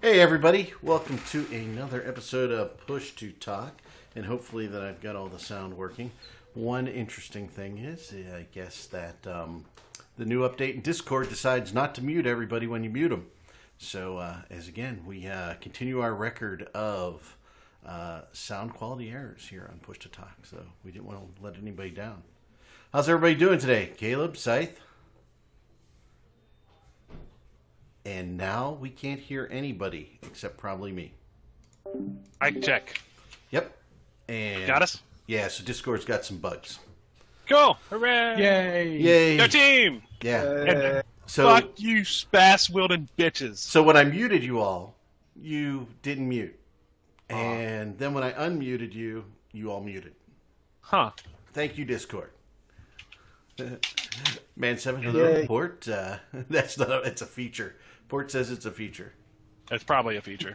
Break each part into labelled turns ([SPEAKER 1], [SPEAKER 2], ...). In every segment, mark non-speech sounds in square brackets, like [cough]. [SPEAKER 1] Hey, everybody. Welcome to another episode of Push to Talk. And hopefully, that I've got all the sound working. One interesting thing is, uh, I guess, that um, the new update in Discord decides not to mute everybody when you mute them. So, uh, as again, we uh, continue our record of uh, sound quality errors here on Push to Talk. So, we didn't want to let anybody down. How's everybody doing today? Caleb, Scythe? And now we can't hear anybody except probably me.
[SPEAKER 2] Mic check.
[SPEAKER 1] Yep. And
[SPEAKER 2] Got us?
[SPEAKER 1] Yeah, so Discord's got some bugs.
[SPEAKER 2] Go! Hooray!
[SPEAKER 3] Yay!
[SPEAKER 1] Yay.
[SPEAKER 2] Your team!
[SPEAKER 1] Yeah.
[SPEAKER 2] And
[SPEAKER 1] So
[SPEAKER 2] fuck you, spass wielding bitches.
[SPEAKER 1] so when I muted you all, you didn't mute.
[SPEAKER 2] Ah.
[SPEAKER 1] And then when I unmuted you, you all muted.
[SPEAKER 2] Huh.
[SPEAKER 1] Thank you, Discord. [laughs] Man seven hello
[SPEAKER 3] Yay.
[SPEAKER 1] port. Uh, [laughs] that's not. A, it's a feature. Port says it's a feature.
[SPEAKER 2] That's probably a
[SPEAKER 1] [laughs]
[SPEAKER 2] feature.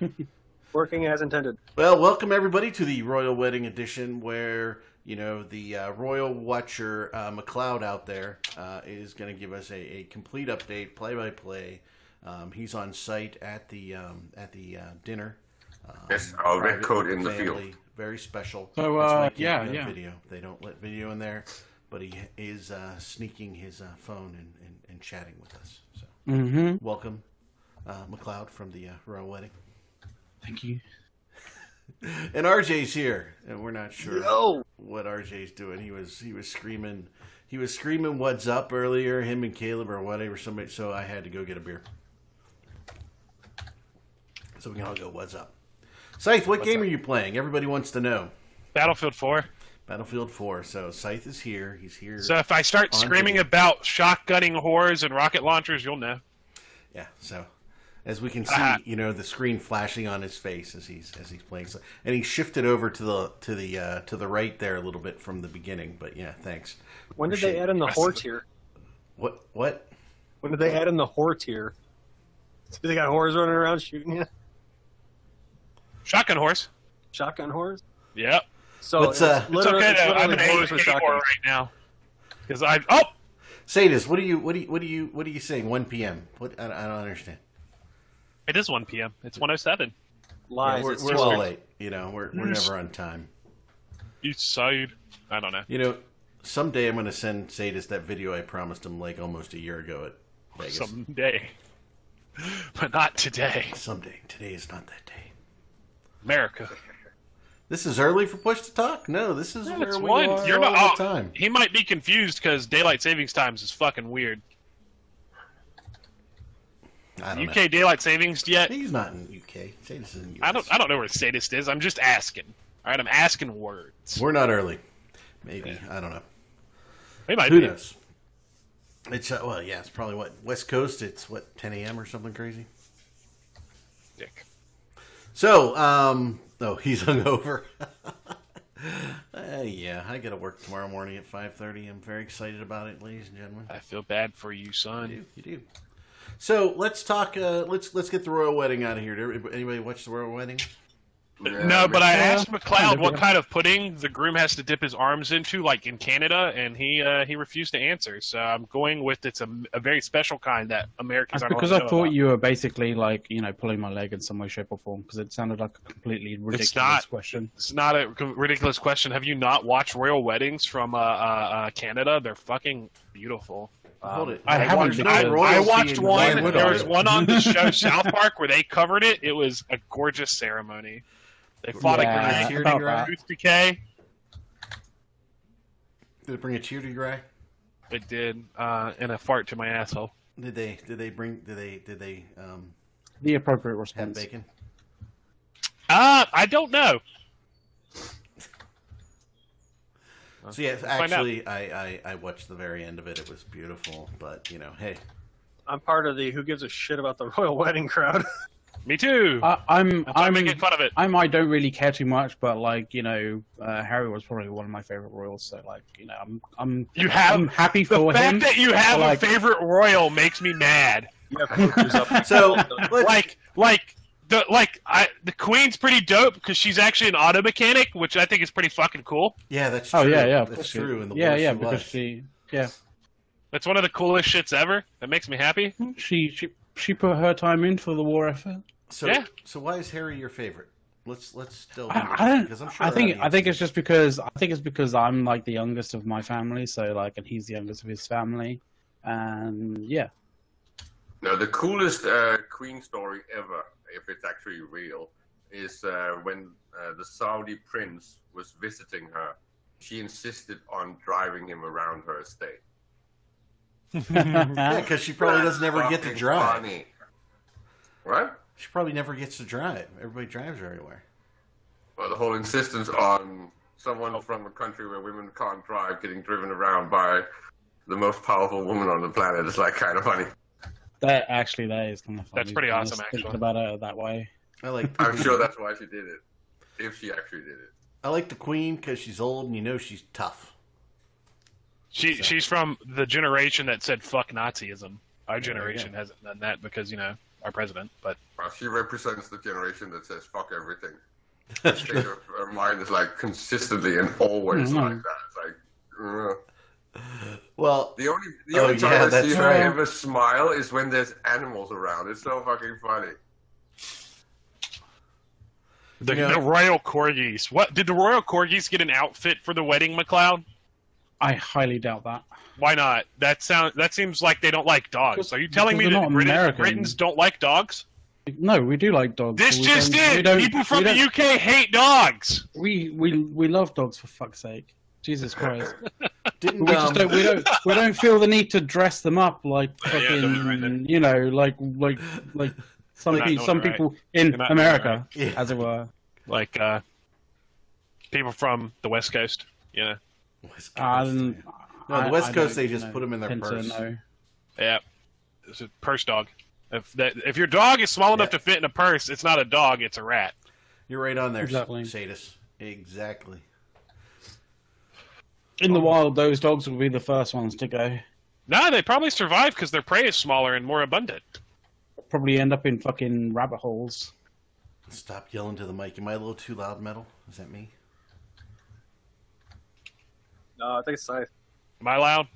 [SPEAKER 3] Working as intended.
[SPEAKER 1] Well, welcome everybody to the Royal Wedding Edition, where you know the uh, Royal Watcher uh, McLeod out there uh, is going to give us a, a complete update, play by play. Um, he's on site at the um, at the uh, dinner. Um,
[SPEAKER 4] Yes, our red
[SPEAKER 1] private
[SPEAKER 4] coat in the
[SPEAKER 1] family,
[SPEAKER 4] field.
[SPEAKER 1] Very special.
[SPEAKER 3] So,
[SPEAKER 1] That's why
[SPEAKER 3] uh,
[SPEAKER 1] I can't
[SPEAKER 3] yeah,
[SPEAKER 1] do
[SPEAKER 3] yeah.
[SPEAKER 1] Video. They don't let video in there, but he is uh, sneaking his uh, phone and, and, and chatting with us. So,
[SPEAKER 3] Mm-hmm.
[SPEAKER 1] welcome, uh, McLeod from the uh, Royal Wedding.
[SPEAKER 3] Thank you.
[SPEAKER 1] [laughs] And RJ's here, and we're not sure
[SPEAKER 4] Yo.
[SPEAKER 1] what RJ's doing. He was he was screaming, he was screaming, "What's up?" earlier. Him and Caleb or whatever somebody. So I had to go get a beer. So we can all go, "What's up?" Scythe, what game are you playing? Everybody wants to know.
[SPEAKER 2] Battlefield 4.
[SPEAKER 1] Battlefield Four. So Scythe is here. He's here.
[SPEAKER 2] So if I start
[SPEAKER 1] On to
[SPEAKER 2] screaming
[SPEAKER 1] you.
[SPEAKER 2] about shotgunning whores and rocket launchers, you'll know.
[SPEAKER 1] yeah. So as we can see,
[SPEAKER 2] Ah.
[SPEAKER 1] you know the screen flashing on his face as he's as he's playing. So, and he shifted over to the to the uh, to the right there a little bit from the beginning. But yeah, thanks.
[SPEAKER 3] When did
[SPEAKER 1] Appreciate
[SPEAKER 3] they add in the
[SPEAKER 2] it.
[SPEAKER 3] whore tier?
[SPEAKER 1] What what?
[SPEAKER 3] When did they add in the whore tier? [laughs] They got whores running around shooting you.
[SPEAKER 2] Shotgun horse?
[SPEAKER 3] Shotgun whores.
[SPEAKER 2] Yep.
[SPEAKER 3] So
[SPEAKER 1] What's,
[SPEAKER 3] it's
[SPEAKER 1] uh,
[SPEAKER 2] It's
[SPEAKER 3] literally,
[SPEAKER 2] okay
[SPEAKER 3] it's
[SPEAKER 2] to, I'm
[SPEAKER 3] literally
[SPEAKER 2] an
[SPEAKER 3] whores
[SPEAKER 2] angry
[SPEAKER 3] with
[SPEAKER 2] whore right
[SPEAKER 3] shotguns.
[SPEAKER 2] now. Because I. Oh!
[SPEAKER 1] Sadis, what are you? What do you? What do you? What are you saying? One p.m. What? I, don't- I don't understand.
[SPEAKER 2] It is 1 p.m. It's 107.
[SPEAKER 3] Lies.
[SPEAKER 1] we're
[SPEAKER 3] it's
[SPEAKER 1] we're
[SPEAKER 3] twelve.
[SPEAKER 1] all late. You know, we're we're
[SPEAKER 2] Yes.
[SPEAKER 1] never on time.
[SPEAKER 2] You side. I don't know.
[SPEAKER 1] You know, someday I'm going to send Sadis that video I promised him like almost a year ago at Vegas.
[SPEAKER 2] Someday. [laughs] But not today.
[SPEAKER 1] Someday. Today is not that day.
[SPEAKER 2] America.
[SPEAKER 1] This is early for push to talk. No, this is where
[SPEAKER 2] It's
[SPEAKER 1] we
[SPEAKER 2] one.
[SPEAKER 1] are
[SPEAKER 2] You're not.
[SPEAKER 1] all
[SPEAKER 2] oh,
[SPEAKER 1] the time.
[SPEAKER 2] He might be confused because daylight savings times is fucking weird.
[SPEAKER 1] I don't
[SPEAKER 2] UK
[SPEAKER 1] know.
[SPEAKER 2] daylight savings yet?
[SPEAKER 1] He's not in UK. Sadis is in US.
[SPEAKER 2] I don't. I don't know where sadist is. I'm just asking. All right, I'm asking words.
[SPEAKER 1] We're not early. Maybe I don't know.
[SPEAKER 2] They might
[SPEAKER 1] Who
[SPEAKER 2] be.
[SPEAKER 1] knows? It's uh, well, yeah. It's probably what West Coast. It's what 10 a.m. or something crazy.
[SPEAKER 2] Dick.
[SPEAKER 1] So, um, oh, [laughs] he's hungover. uh, yeah, I got to work tomorrow morning at five thirty. I'm very excited about it, ladies and gentlemen.
[SPEAKER 2] I feel bad for you,
[SPEAKER 1] You
[SPEAKER 2] son.
[SPEAKER 1] do, you do. So let's talk. Uh, let's let's get the royal wedding out of here. Did everybody- anybody watch the royal wedding?
[SPEAKER 2] no, but I
[SPEAKER 3] Yeah,
[SPEAKER 2] asked McLeod
[SPEAKER 3] kind of,
[SPEAKER 2] what
[SPEAKER 3] yeah.
[SPEAKER 2] kind of pudding the groom has to dip his arms into, like in Canada, and he uh, he refused to answer. So I'm going with it's a, a very special kind that Americans
[SPEAKER 5] That's
[SPEAKER 2] aren't.
[SPEAKER 5] because I
[SPEAKER 2] allowed to know
[SPEAKER 5] thought
[SPEAKER 2] about.
[SPEAKER 5] you were basically like, you know, pulling my leg in some way, shape, or form because it sounded like a completely ridiculous
[SPEAKER 2] not.
[SPEAKER 5] question.
[SPEAKER 2] It's not a c- ridiculous question. Have you not watched royal weddings from uh, uh, uh, Canada? They're fucking beautiful.
[SPEAKER 1] Hold it.
[SPEAKER 5] I haven't
[SPEAKER 1] Um, watched-
[SPEAKER 5] been
[SPEAKER 2] I,
[SPEAKER 5] Yeah.
[SPEAKER 2] I
[SPEAKER 1] royalty
[SPEAKER 2] watched
[SPEAKER 1] in
[SPEAKER 2] one.
[SPEAKER 1] Hollywood
[SPEAKER 2] There
[SPEAKER 1] on
[SPEAKER 2] was
[SPEAKER 1] it.
[SPEAKER 2] one on the show South Park where they covered it. It was a gorgeous ceremony. They fought
[SPEAKER 5] Yeah,
[SPEAKER 2] a
[SPEAKER 1] cheer
[SPEAKER 5] about
[SPEAKER 1] to your eye?
[SPEAKER 5] that.
[SPEAKER 2] great tooth decay.
[SPEAKER 1] Did they bring a cheer to your eye?
[SPEAKER 2] It did, uh, and a fart to my asshole.
[SPEAKER 1] Did they? Did they bring? Did they? Did they um,
[SPEAKER 5] The appropriate
[SPEAKER 1] have
[SPEAKER 5] response.
[SPEAKER 1] bacon?
[SPEAKER 2] Uh, I don't know.
[SPEAKER 1] So yeah,
[SPEAKER 2] find out.
[SPEAKER 1] actually, I, I I watched the very end of it. It was beautiful, but you know,
[SPEAKER 5] [laughs]
[SPEAKER 1] hey,
[SPEAKER 3] I'm part of the who gives a shit about the royal
[SPEAKER 1] [laughs]
[SPEAKER 3] wedding crowd. [laughs]
[SPEAKER 2] Me too.
[SPEAKER 5] I, I'm,
[SPEAKER 2] That's why I'm
[SPEAKER 5] Uh, I'm,
[SPEAKER 2] making fun of it.
[SPEAKER 5] I'm, I don't really care too much, but like, you know, uh, Harry was probably one of my favorite royals, so like, you know, I'm, I'm,
[SPEAKER 2] You have
[SPEAKER 5] I'm happy
[SPEAKER 2] the
[SPEAKER 5] for
[SPEAKER 2] fact
[SPEAKER 5] him.
[SPEAKER 2] that you have
[SPEAKER 5] like-
[SPEAKER 2] a favorite royal makes me mad.
[SPEAKER 3] you have pictures up.
[SPEAKER 1] so let's,
[SPEAKER 2] like like the like I the queen's pretty dope because she's actually an auto mechanic, which I think is pretty fucking cool.
[SPEAKER 1] yeah, that's true.
[SPEAKER 5] oh yeah, yeah, of
[SPEAKER 1] that's
[SPEAKER 5] course she-
[SPEAKER 1] true. In the
[SPEAKER 5] yeah,
[SPEAKER 1] world
[SPEAKER 5] yeah,
[SPEAKER 1] she
[SPEAKER 5] because
[SPEAKER 1] was.
[SPEAKER 5] she, yeah,
[SPEAKER 2] That's one of the coolest shits ever. That makes me happy.
[SPEAKER 5] she, she, she put her time in for the war effort.
[SPEAKER 1] So
[SPEAKER 2] Yeah.
[SPEAKER 1] so why is Harry your favorite? Let's let's delve into
[SPEAKER 5] I, I
[SPEAKER 1] this,
[SPEAKER 5] don't.
[SPEAKER 1] because I'm sure
[SPEAKER 5] I
[SPEAKER 1] our
[SPEAKER 5] think. I think
[SPEAKER 1] audience-
[SPEAKER 5] it's just because. I think it's because I'm like the youngest of my family, so like, and he's the youngest of his family, and yeah.
[SPEAKER 4] No, the coolest uh, Queen story ever, if it's actually real, is uh, when uh, the Saudi prince was visiting her. She insisted on driving him around her estate.
[SPEAKER 5] Mm-hmm.
[SPEAKER 1] [laughs] yeah, because she probably
[SPEAKER 4] That's
[SPEAKER 1] doesn't ever get to
[SPEAKER 4] fucking
[SPEAKER 1] drive.
[SPEAKER 4] Funny. What?
[SPEAKER 1] She probably never gets to drive. Everybody drives her everywhere.
[SPEAKER 4] Well, the whole insistence on
[SPEAKER 2] Oh.
[SPEAKER 4] someone from a country where women can't drive getting driven around by the most powerful woman on the planet is like kind of funny.
[SPEAKER 5] That actually, that is kind of funny.
[SPEAKER 2] That's pretty
[SPEAKER 5] I was
[SPEAKER 2] awesome,
[SPEAKER 5] thinking
[SPEAKER 2] actually.
[SPEAKER 5] about it that way.
[SPEAKER 1] I like
[SPEAKER 4] I'm sure that's why she did it, if she actually did it.
[SPEAKER 1] I like the queen because she's old and you know she's tough.
[SPEAKER 2] She she's from the generation that said fuck Nazism. Our generation hasn't done that because you know our president. But
[SPEAKER 4] Well, she represents the generation that says "fuck everything."
[SPEAKER 1] [laughs]
[SPEAKER 4] The state of her mind is like consistently and always
[SPEAKER 2] Mm-hmm.
[SPEAKER 5] Mhm.
[SPEAKER 4] like that. It's like uh,
[SPEAKER 1] Well,
[SPEAKER 4] the only the
[SPEAKER 1] Oh,
[SPEAKER 4] only time
[SPEAKER 1] yeah,
[SPEAKER 4] I see
[SPEAKER 1] that's
[SPEAKER 4] her
[SPEAKER 1] right.
[SPEAKER 4] ever smile is when there's animals around. It's so fucking funny.
[SPEAKER 2] the,
[SPEAKER 1] Yeah.
[SPEAKER 2] the royal corgis. What did the royal corgis get an outfit for the wedding, McLeod?
[SPEAKER 5] I highly doubt that.
[SPEAKER 2] Why not? That sound that seems like they don't like dogs.
[SPEAKER 5] Because-
[SPEAKER 2] Are you telling me
[SPEAKER 5] because they're
[SPEAKER 2] that
[SPEAKER 5] not
[SPEAKER 2] Brit-
[SPEAKER 5] American.
[SPEAKER 2] Britons don't like dogs?
[SPEAKER 5] No, we do like dogs.
[SPEAKER 2] This
[SPEAKER 5] but we
[SPEAKER 2] just
[SPEAKER 5] don't- we
[SPEAKER 2] did.
[SPEAKER 5] don't-
[SPEAKER 2] People
[SPEAKER 5] we
[SPEAKER 2] from the
[SPEAKER 5] don't-
[SPEAKER 2] UK hate dogs.
[SPEAKER 5] We we we love dogs for fuck's sake.
[SPEAKER 2] [laughs]
[SPEAKER 5] Jesus Christ.
[SPEAKER 1] didn't
[SPEAKER 5] we just
[SPEAKER 1] um,
[SPEAKER 5] don't we don't we don't feel the need to dress them up like
[SPEAKER 2] Yeah, yeah,
[SPEAKER 5] fucking
[SPEAKER 2] don't be right there.
[SPEAKER 5] you know like like like some
[SPEAKER 2] You're not
[SPEAKER 5] pe-
[SPEAKER 2] doing
[SPEAKER 5] some
[SPEAKER 2] it right.
[SPEAKER 5] people in
[SPEAKER 2] You're not doing it
[SPEAKER 5] America
[SPEAKER 1] right. Yeah.
[SPEAKER 5] as
[SPEAKER 2] [laughs]
[SPEAKER 5] it were.
[SPEAKER 2] Like uh, people from the West Coast. You know.
[SPEAKER 1] [laughs] West Coast,
[SPEAKER 5] And
[SPEAKER 1] yeah. No, the
[SPEAKER 5] I-
[SPEAKER 1] West
[SPEAKER 5] I
[SPEAKER 1] Coast, they
[SPEAKER 5] don't, you
[SPEAKER 1] just
[SPEAKER 5] know,
[SPEAKER 1] put 'em in their
[SPEAKER 5] tend to
[SPEAKER 1] purse.
[SPEAKER 5] know.
[SPEAKER 2] Yeah. It's a purse dog. If that if your dog is small enough
[SPEAKER 1] Yeah.
[SPEAKER 2] to fit in a purse, it's not a dog, it's a rat.
[SPEAKER 1] You're right on there,
[SPEAKER 5] Exactly.
[SPEAKER 1] Sadis. Exactly.
[SPEAKER 5] In the wild, those dogs will be the first ones to go.
[SPEAKER 2] No, they probably survive because their prey is smaller and more abundant.
[SPEAKER 5] Probably end up in fucking rabbit holes.
[SPEAKER 1] Stop yelling to the mic. Am I a little too loud, Metal? Is that me?
[SPEAKER 3] No, I think it's nice.
[SPEAKER 2] Am I loud?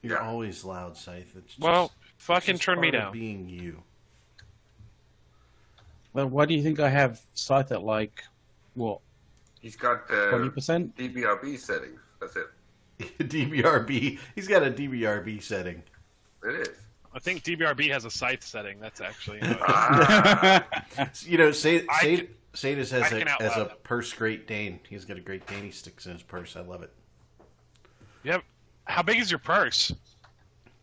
[SPEAKER 1] You're
[SPEAKER 4] Yeah.
[SPEAKER 1] always loud, Scythe. It's just,
[SPEAKER 2] Well,
[SPEAKER 1] it's
[SPEAKER 2] fucking
[SPEAKER 1] just
[SPEAKER 2] turn me
[SPEAKER 1] part of
[SPEAKER 2] down.
[SPEAKER 1] Being you. [laughs]
[SPEAKER 5] Well, why do you think I have sight at like what
[SPEAKER 4] He's got
[SPEAKER 5] twenty
[SPEAKER 4] uh,
[SPEAKER 5] percent?
[SPEAKER 4] DBRB settings. That's it.
[SPEAKER 1] DBRB. He's got a DBRB setting.
[SPEAKER 2] [laughs]
[SPEAKER 4] It is.
[SPEAKER 2] I think DBRB has a scythe setting. That's actually. how it-
[SPEAKER 4] Ah,
[SPEAKER 1] You know, Sadis
[SPEAKER 2] I
[SPEAKER 1] Sad, Sadis has
[SPEAKER 2] I can
[SPEAKER 1] a, has a
[SPEAKER 2] outlaw them.
[SPEAKER 1] purse Great Dane. He's got a Great Dane. He sticks in his purse. I love it.
[SPEAKER 2] [laughs] yep. How big is your purse?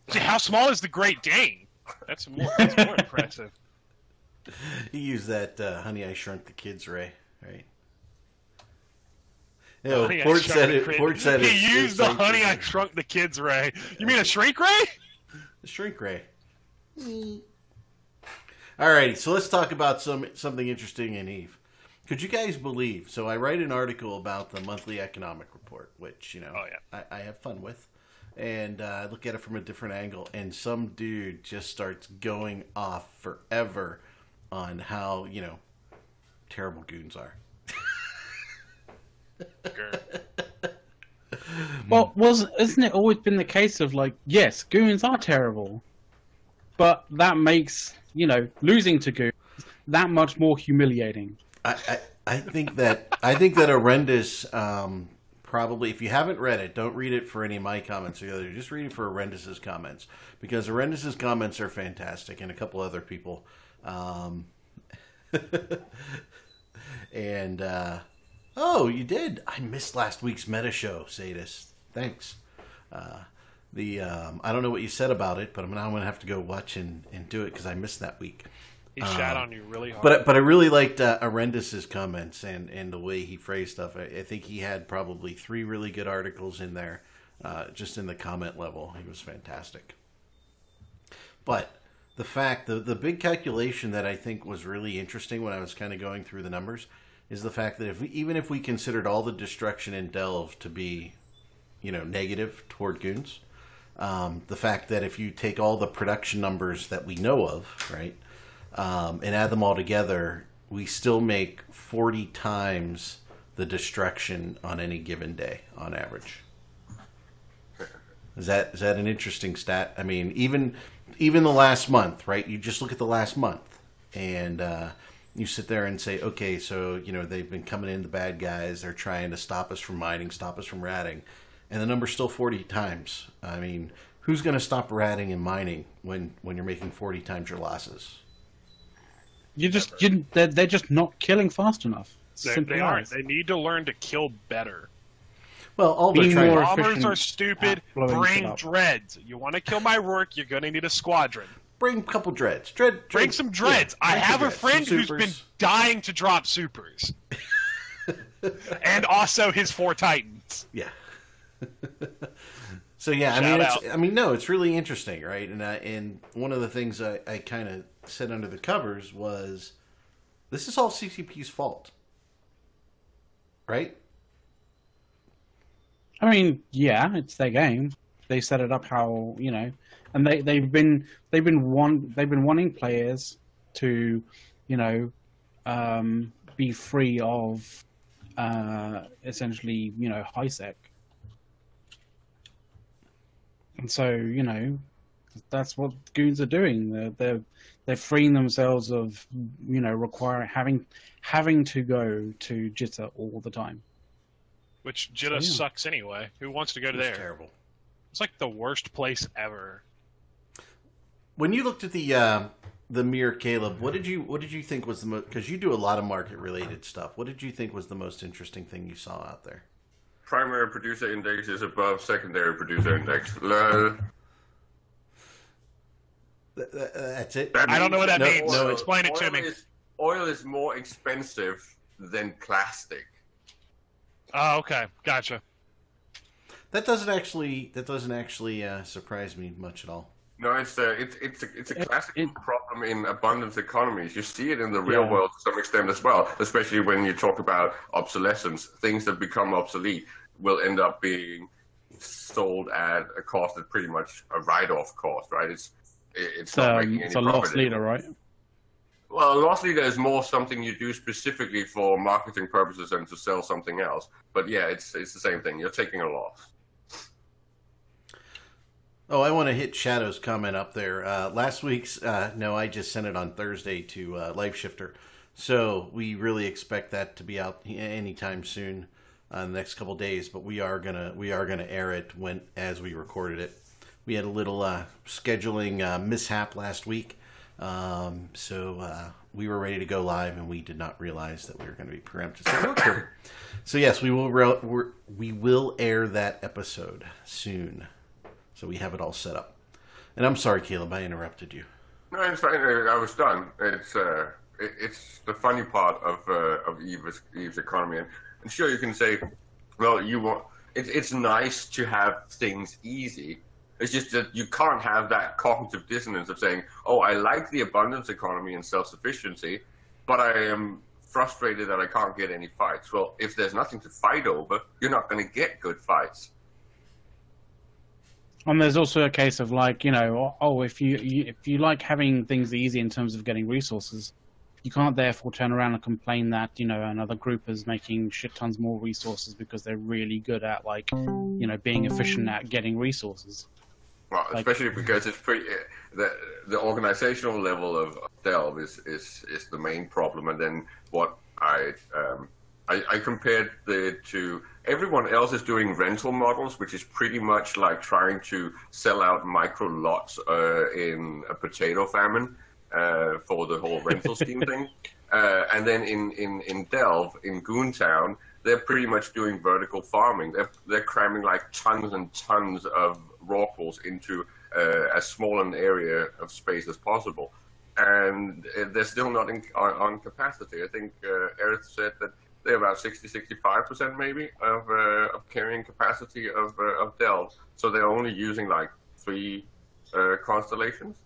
[SPEAKER 2] See, how small is the Great Dane? That's more. That's more
[SPEAKER 1] [laughs]
[SPEAKER 2] impressive.
[SPEAKER 1] He used that uh, "Honey, I Shrunk the Kids" Ray, right? No,
[SPEAKER 2] Honey, I
[SPEAKER 1] Port
[SPEAKER 2] Shrunk
[SPEAKER 1] said
[SPEAKER 2] the
[SPEAKER 1] it.
[SPEAKER 2] Kid-
[SPEAKER 1] Port said it's-
[SPEAKER 2] He
[SPEAKER 1] it's
[SPEAKER 2] used the
[SPEAKER 1] like-
[SPEAKER 2] honey. I shrunk the kids. Ray. You mean a shrink ray?
[SPEAKER 1] Shrink Ray. Alrighty, so let's talk about some something interesting in Eve. Could you guys believe? So I write an article about the monthly economic report, which you know
[SPEAKER 2] Oh, yeah.
[SPEAKER 1] I, I have fun with, and uh, I look at it from a different angle. And some dude just starts going off forever on how you know terrible goons are.
[SPEAKER 2] Mm-hmm.
[SPEAKER 5] Well, was isn't it always been the case of like, yes, goons are terrible, but that makes you know losing to goons that much more humiliating.
[SPEAKER 1] I, I, I think that I think that Arendis um, probably if you haven't read it, don't read it for any of my comments or the other. Just read it for Arendis's comments because Arendis's comments are fantastic and a couple other people. Um, [laughs] and uh, oh, you did. I missed last week's meta show, Sadis. Thanks. Uh, the um, I don't know what you said about it, but I'm now going to have to go watch and, and do it because I missed that week.
[SPEAKER 2] He shot on you really hard.
[SPEAKER 1] Uh, But but I really liked uh, Arendis's comments and, and the way he phrased stuff. I, I think he had probably three really good articles in there, uh, just in the comment level. He was fantastic. But the fact, the, the big calculation that I think was really interesting when I was kind of going through the numbers is the fact that if we, even if we considered all the destruction in Delve to be, you know, negative toward goons, um, the fact that if you take all the production numbers that we know of, right, um, and add them all together, we still make 40 times the destruction on any given day on average. Is that is that an interesting stat? I mean, even even the last month, right? You just look at the last month, and uh, you sit there and say, okay, so you know they've been coming in the bad guys. They're trying to stop us from mining, stop us from ratting, and the number's still forty times. I mean, who's going to stop ratting and mining when when you're making forty times your losses?
[SPEAKER 5] You just you, they're, they're just not killing fast enough.
[SPEAKER 2] They,
[SPEAKER 5] Simple
[SPEAKER 2] they aren't.
[SPEAKER 5] as.
[SPEAKER 2] They need to learn to kill better.
[SPEAKER 1] Well, all they're
[SPEAKER 5] Being
[SPEAKER 1] trying
[SPEAKER 5] more-
[SPEAKER 2] Bombers
[SPEAKER 5] efficient
[SPEAKER 2] are stupid.
[SPEAKER 5] at blowing shit
[SPEAKER 2] Bring
[SPEAKER 5] up.
[SPEAKER 2] dreads. You want to kill my Rourke? You're gonna need a squadron.
[SPEAKER 1] bring a couple dreads. Dread, dread
[SPEAKER 2] Bring some dreads.
[SPEAKER 1] yeah,
[SPEAKER 2] I
[SPEAKER 1] bring some
[SPEAKER 2] have a
[SPEAKER 1] dreads, some
[SPEAKER 2] friend who's been
[SPEAKER 1] supers.
[SPEAKER 2] dying to
[SPEAKER 1] [laughs]
[SPEAKER 2] drop supers, and also his four titans.
[SPEAKER 1] Yeah. [laughs] so yeah, I
[SPEAKER 2] Shout
[SPEAKER 1] mean, it's,
[SPEAKER 2] out.
[SPEAKER 1] I mean, no, it's really interesting, right? And I, and one of the things I, I kind of said under the covers was, this is all CCP's fault, right?
[SPEAKER 5] I mean, yeah, it's their game. They set it up how you know, and they they've been they've been want they've been wanting players to, you know, um, be free of, uh, essentially you know high sec. And so you know, that's what goons are doing. They're they're, they're freeing themselves of you know requiring having having to go to jitter all the time.
[SPEAKER 2] Which Jitta
[SPEAKER 5] Damn.
[SPEAKER 2] sucks anyway. Who wants to go
[SPEAKER 1] It
[SPEAKER 2] to
[SPEAKER 1] was
[SPEAKER 2] there?
[SPEAKER 1] terrible.
[SPEAKER 2] It's like the worst place ever.
[SPEAKER 1] When you looked at the uh, the mirror, Caleb, what did you what did you think was the most? Because you do a lot of market related stuff. What did you think was the most interesting thing you saw out there?
[SPEAKER 4] Primary producer index is above secondary producer index. Lol.
[SPEAKER 1] Th- th- that's it.
[SPEAKER 4] That
[SPEAKER 2] I don't know what that
[SPEAKER 1] No,
[SPEAKER 2] means.
[SPEAKER 1] no,
[SPEAKER 2] Explain it
[SPEAKER 4] oil
[SPEAKER 2] to me.
[SPEAKER 4] Is, oil is more expensive than plastic.
[SPEAKER 2] Oh, okay, gotcha.
[SPEAKER 1] That doesn't actually that doesn't actually uh, surprise me much at all.
[SPEAKER 4] No, it's a it's it's a, it's a
[SPEAKER 5] It-
[SPEAKER 4] classic
[SPEAKER 5] it-
[SPEAKER 4] problem in abundance economies. You see it in the real
[SPEAKER 5] Yeah.
[SPEAKER 4] world to some extent as well, especially when you talk about obsolescence. Things that become obsolete will end up being sold at a cost that's pretty much a write-off cost, right? It's it- it's not
[SPEAKER 5] So
[SPEAKER 4] making any
[SPEAKER 5] Um, it's a
[SPEAKER 4] profit
[SPEAKER 5] lost
[SPEAKER 4] anymore.
[SPEAKER 5] leader, right?
[SPEAKER 4] Well, loss leader is more something you do specifically for marketing purposes and to sell something else. But yeah, it's it's the same thing. You're taking a loss.
[SPEAKER 1] Oh, I want to hit Shadow's comment up there. Uh, last week's, uh, no, I just sent it on Thursday to uh, Life Shifter. So we really expect that to be out anytime soon, uh, in the next couple days. But we are gonna we are gonna air it when as we recorded it. We had a little uh, scheduling uh, mishap last week, um, so uh, we were ready to go live, and we did not realize that we were going to be preempted. So, [coughs] we're cool. so yes, we will re- we're, we will air that episode soon. So we have it all set up. And I'm sorry, Caleb, I interrupted you.
[SPEAKER 4] No, it's fine. I I was done. It's uh, it, it's the funny part of uh, of Eve's Eve's economy, and, and sure you can say, well, you want. It's it's nice to have things easy. It's just that you can't have that cognitive dissonance of saying, oh, I like the abundance economy and self sufficiency, but I am frustrated that I can't get any fights. Well, if there's nothing to fight over, you're not going to get good fights.
[SPEAKER 5] And there's also a case of like, you know, oh, if you, you if you like having things easy in terms of getting resources, you can't therefore turn around and complain that you know another group is making shit tons more resources because they're really good at like, you know, being efficient at getting resources.
[SPEAKER 4] Well,
[SPEAKER 5] Like-
[SPEAKER 4] especially because it's pretty uh, the the organizational level of Delve is is is the main problem, and then what I um, I, I compared the to everyone else is doing rental models, which is pretty much like trying to sell out micro lots uh, in a potato famine uh, for the whole rental scheme thing. Uh, and then in, in, in Delve, in Goontown, they're pretty much doing vertical farming. They're, they're cramming like tons and tons of raw pools into uh, as small an area of space as possible. And uh, they're still not in, on, on capacity. I think uh, Aerith said that they're about 60, 65% maybe of, uh, of carrying capacity of, uh, of Delve. So they're only using like three uh, constellations.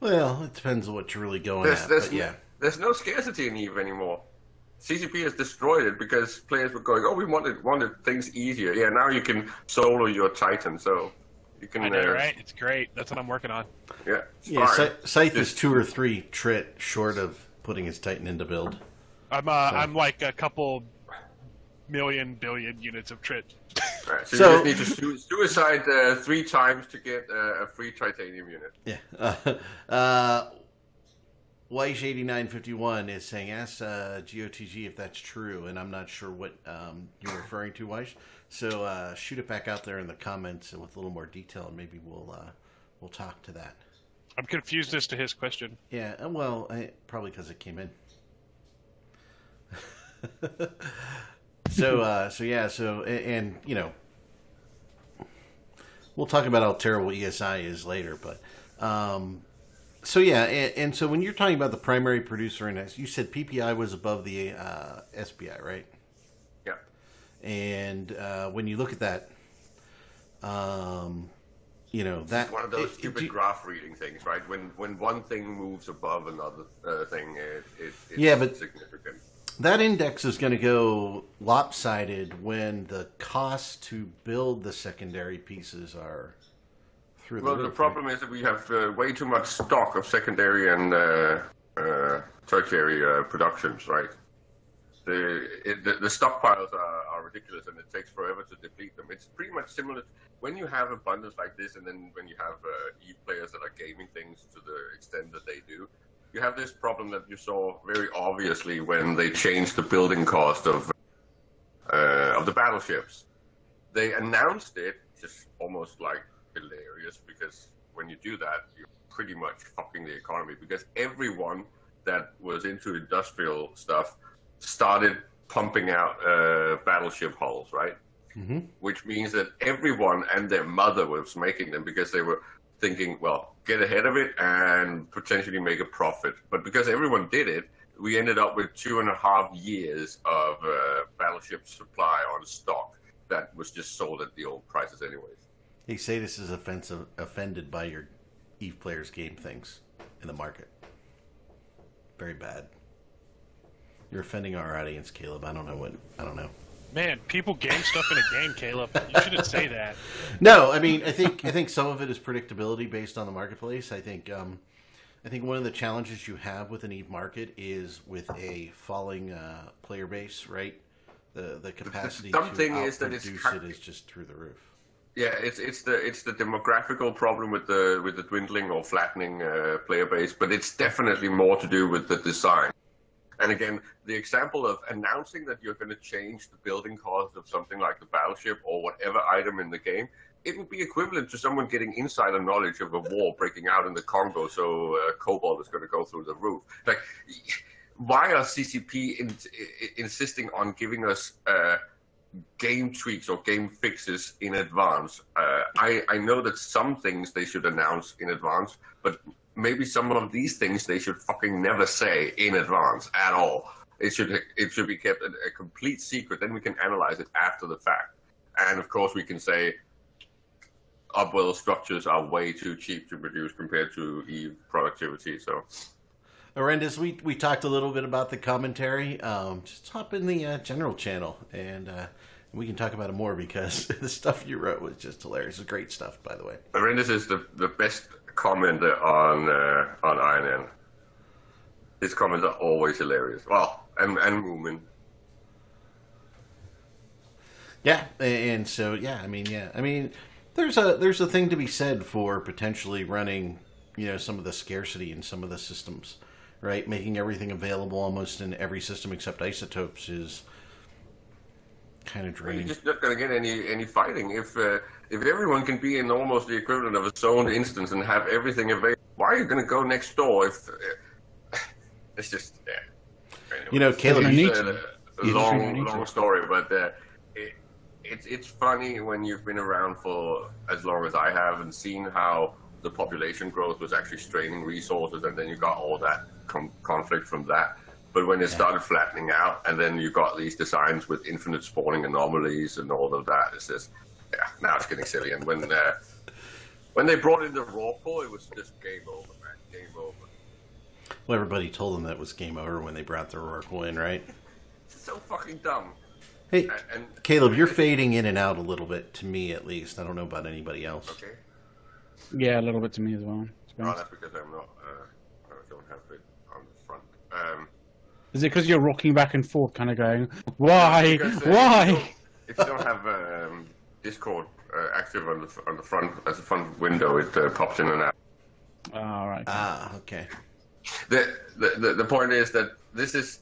[SPEAKER 1] Well, it depends on what you're really going
[SPEAKER 4] There's,
[SPEAKER 1] at.
[SPEAKER 4] there's,
[SPEAKER 1] But yeah.
[SPEAKER 4] there's no scarcity in Eve anymore. CCP has destroyed it because players were going, oh, we wanted wanted things easier. Yeah, now you can solo your Titan, so you can.
[SPEAKER 2] I know,
[SPEAKER 4] uh,
[SPEAKER 2] right? It's great. That's what I'm working on.
[SPEAKER 4] Yeah, it's
[SPEAKER 1] Yeah,
[SPEAKER 4] fine.
[SPEAKER 1] Scythe, Scythe is two or three trit short of putting his Titan into build.
[SPEAKER 2] I'm uh, I'm like a couple million billion units of trit.
[SPEAKER 4] Right, so,
[SPEAKER 1] So-
[SPEAKER 4] you just need to su- suicide uh, three times to get uh, a free titanium unit.
[SPEAKER 1] Yeah. [laughs] Uh, uh, Weish8951 is saying, ask uh, GOTG if that's true, and I'm not sure what um, you're referring to, Weish. So uh, shoot it back out there in the comments and with a little more detail, and maybe we'll uh, we'll talk to that.
[SPEAKER 2] I'm confused as to his question.
[SPEAKER 1] Yeah, uh, well, I, probably because it came in. so, uh, so yeah, so a- and, you know, we'll talk about how terrible ESI is later, but um, so yeah, and, and so when you're talking about the primary producer index, you said PPI was above the uh, SPI, right?
[SPEAKER 4] Yeah.
[SPEAKER 1] And uh, when you look at that, um, you know that
[SPEAKER 4] It's one of those
[SPEAKER 1] it- it-
[SPEAKER 4] stupid
[SPEAKER 1] do-
[SPEAKER 4] graph reading things, right? When when one thing moves above another uh, thing, it, it, it's
[SPEAKER 1] Yeah, but-
[SPEAKER 4] significant.
[SPEAKER 1] that index is going to go lopsided when the cost to build the secondary pieces are through
[SPEAKER 4] Well,
[SPEAKER 1] the
[SPEAKER 4] the
[SPEAKER 1] roof.
[SPEAKER 4] problem is that we have uh, way too much stock of secondary and uh, uh, tertiary uh, productions, right? The, it, the the stockpiles are, are ridiculous, and it takes forever to deplete them. It's pretty much similar when you have abundance like this, and then when you have uh, Eve players that are gaming things to the extent that they do, you have this problem that you saw very obviously when they changed the building cost of uh, of the battleships they announced it just almost like hilarious because when you do that, you're pretty much fucking the economy because everyone that was into industrial stuff started pumping out uh, battleship hulls, right?
[SPEAKER 1] Mhm.
[SPEAKER 4] Which means that everyone and their mother was making them because they were thinking, well, get ahead of it and potentially make a profit. But because everyone did it, we ended up with two and a half years of uh, battleship supply on stock that was just sold at the old prices anyways.
[SPEAKER 1] They say this is offensive, offended by your Eve players game things in the market. Very bad. You're offending our audience, Caleb. I don't know what. I don't know.
[SPEAKER 2] Man, people game stuff in a game, Caleb. You shouldn't say that.
[SPEAKER 1] No, I mean, I think I think some of it is predictability based on the marketplace. I think um, I think one of the challenges you have with an Eve market is with a falling uh, player base, right? The the capacity
[SPEAKER 4] dumb
[SPEAKER 1] to
[SPEAKER 4] thing is that it's
[SPEAKER 1] outproduce
[SPEAKER 4] cut-
[SPEAKER 1] it is just through the roof.
[SPEAKER 4] Yeah, it's it's the it's the demographical problem with the with the dwindling or flattening uh, player base, but it's definitely more to do with the design. And again, the example of announcing that you're going to change the building cost of something like the battleship or whatever item in the game, it would be equivalent to someone getting insider knowledge of a war breaking out in the Congo, so uh, cobalt is going to go through the roof. Like, why are CCP in, i- insisting on giving us? Uh, game tweaks or game fixes in advance. Uh, I, I know that some things they should announce in advance, but maybe some of these things they should fucking never say in advance at all. It should it should be kept a, a complete secret. Then we can analyze it after the fact, and of course we can say. Upwell structures are way too cheap to produce compared to Eve productivity. So,
[SPEAKER 1] Arendis, we, we talked a little bit about the commentary. Um, just hop in the uh, general channel and uh, we can talk about it more because [laughs] the stuff you wrote was just hilarious. It's great stuff, by the way.
[SPEAKER 4] Arendis is the, the best commenter on uh, on INN. His comments are always hilarious. Well, and and Moomin.
[SPEAKER 1] Yeah, and so yeah, I mean, yeah, I mean, there's a there's a thing to be said for potentially running, you know, some of the scarcity in some of the systems, right? Making everything available almost in every system except isotopes is kind of
[SPEAKER 4] You're
[SPEAKER 1] draining.
[SPEAKER 4] just not going to get any any fighting if uh, if everyone can be in almost the equivalent of a zoned instance and have everything available. Why are you going to go next door if uh, [laughs] it's just yeah. Anyway.
[SPEAKER 1] You know, Caleb,
[SPEAKER 4] It's
[SPEAKER 1] you-
[SPEAKER 5] need to.
[SPEAKER 4] a
[SPEAKER 5] You just really
[SPEAKER 4] long
[SPEAKER 5] need
[SPEAKER 4] long
[SPEAKER 5] to.
[SPEAKER 4] story, but uh, it, it's it's funny when you've been around for as long as I have and seen how the population growth was actually straining resources, and then you got all that com- conflict from that. But when it started flattening out, and then you got these designs with infinite spawning anomalies and all of that, it's just yeah, now it's getting silly. And when uh, when they brought in the raw core, it was just game over, man, game over.
[SPEAKER 1] Well, everybody told them that was game over when they brought their Oracle in, right?
[SPEAKER 4] It's so fucking dumb.
[SPEAKER 1] Hey,
[SPEAKER 4] And, and
[SPEAKER 1] Caleb, you're fading in and out a little bit to me, at least. I don't know about anybody else.
[SPEAKER 4] okay.
[SPEAKER 5] Yeah, a little bit to me as well. to be
[SPEAKER 4] Oh,
[SPEAKER 5] honest.
[SPEAKER 4] that's because I'm not. Uh, I don't have it on the front. Um,
[SPEAKER 5] Is it because you're rocking back and forth, kind of going, why,
[SPEAKER 4] because, uh,
[SPEAKER 5] why?
[SPEAKER 4] If you don't, if you don't have um, Discord uh, active on the on the front as a front window. It uh, pops in and out.
[SPEAKER 5] All right.
[SPEAKER 1] Ah, okay.
[SPEAKER 4] The the, the, the point is that this is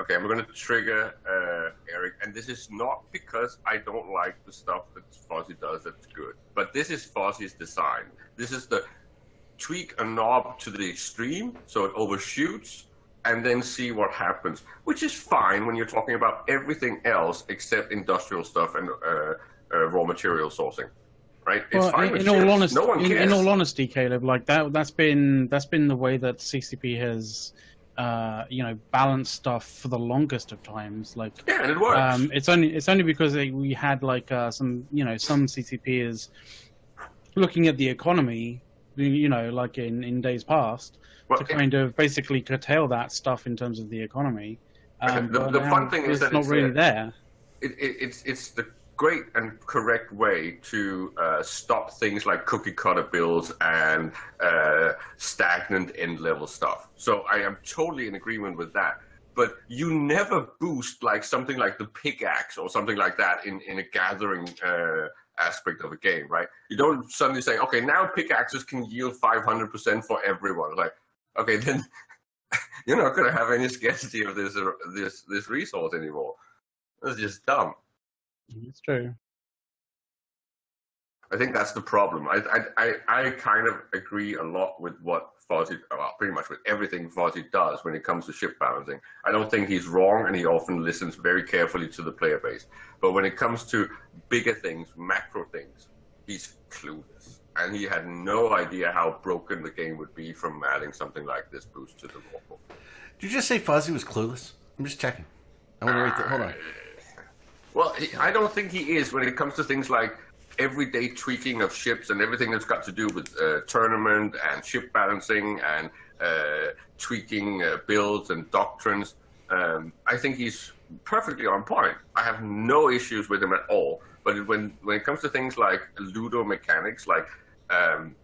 [SPEAKER 4] okay. I'm going to trigger uh, Eric, and this is not because I don't like the stuff that Fuzzy does that's good, but this is Fuzzy's design. This is the tweak a knob to the extreme so it overshoots and then see what happens, which is fine when you're talking about everything else except industrial stuff and uh, uh, raw material sourcing, right?
[SPEAKER 5] Well, in,
[SPEAKER 4] with
[SPEAKER 5] in all
[SPEAKER 4] chips.
[SPEAKER 5] honesty,
[SPEAKER 4] no one
[SPEAKER 5] in,
[SPEAKER 4] cares.
[SPEAKER 5] in all honesty, Caleb, like that, that's been that's been the way that CCP has, uh, you know, balanced stuff for the longest of times. Like,
[SPEAKER 4] yeah, and it works.
[SPEAKER 5] um, it's only it's only because they, we had like uh, some, you know, some CCPers looking at the economy, you- you know, like in in days past,
[SPEAKER 4] Well,
[SPEAKER 5] to kind of basically curtail that stuff in terms of the economy. Um,
[SPEAKER 4] The-
[SPEAKER 5] but
[SPEAKER 4] the
[SPEAKER 5] now
[SPEAKER 4] fun thing is
[SPEAKER 5] it's
[SPEAKER 4] that
[SPEAKER 5] not
[SPEAKER 4] it's,
[SPEAKER 5] really
[SPEAKER 4] uh,
[SPEAKER 5] there.
[SPEAKER 4] it, it, it's it's the great and correct way to uh, stop things like cookie cutter bills and uh, stagnant end level stuff. So I am totally in agreement with that. But you never boost like something like the pickaxe or something like that in in a gathering. Uh, aspect of a game right you don't suddenly say okay now pickaxes can yield 500% for everyone like okay [laughs] then you're not going to have any scarcity of this this this resource anymore that's just dumb.
[SPEAKER 5] It's true.
[SPEAKER 4] I think that's the problem. I I, I, I kind of agree a lot with what Fozzy, well, pretty much with everything Fozzy does when it comes to ship balancing. I don't think he's wrong, and he often listens very carefully to the player base. But when it comes to bigger things, macro things, he's clueless, and he had no idea how broken the game would be from adding something like this boost to the wall.
[SPEAKER 1] Did you just say Fozzie was clueless? I'm just checking. I want to write that. Hold on.
[SPEAKER 4] Well, he- I don't think he is when it comes to things like everyday tweaking of ships and everything that's got to do with uh, tournament and ship balancing and uh, tweaking uh, builds and doctrines. Um, I think he's perfectly on point. I have no issues with him at all. But when when it comes to things like ludo mechanics, like um,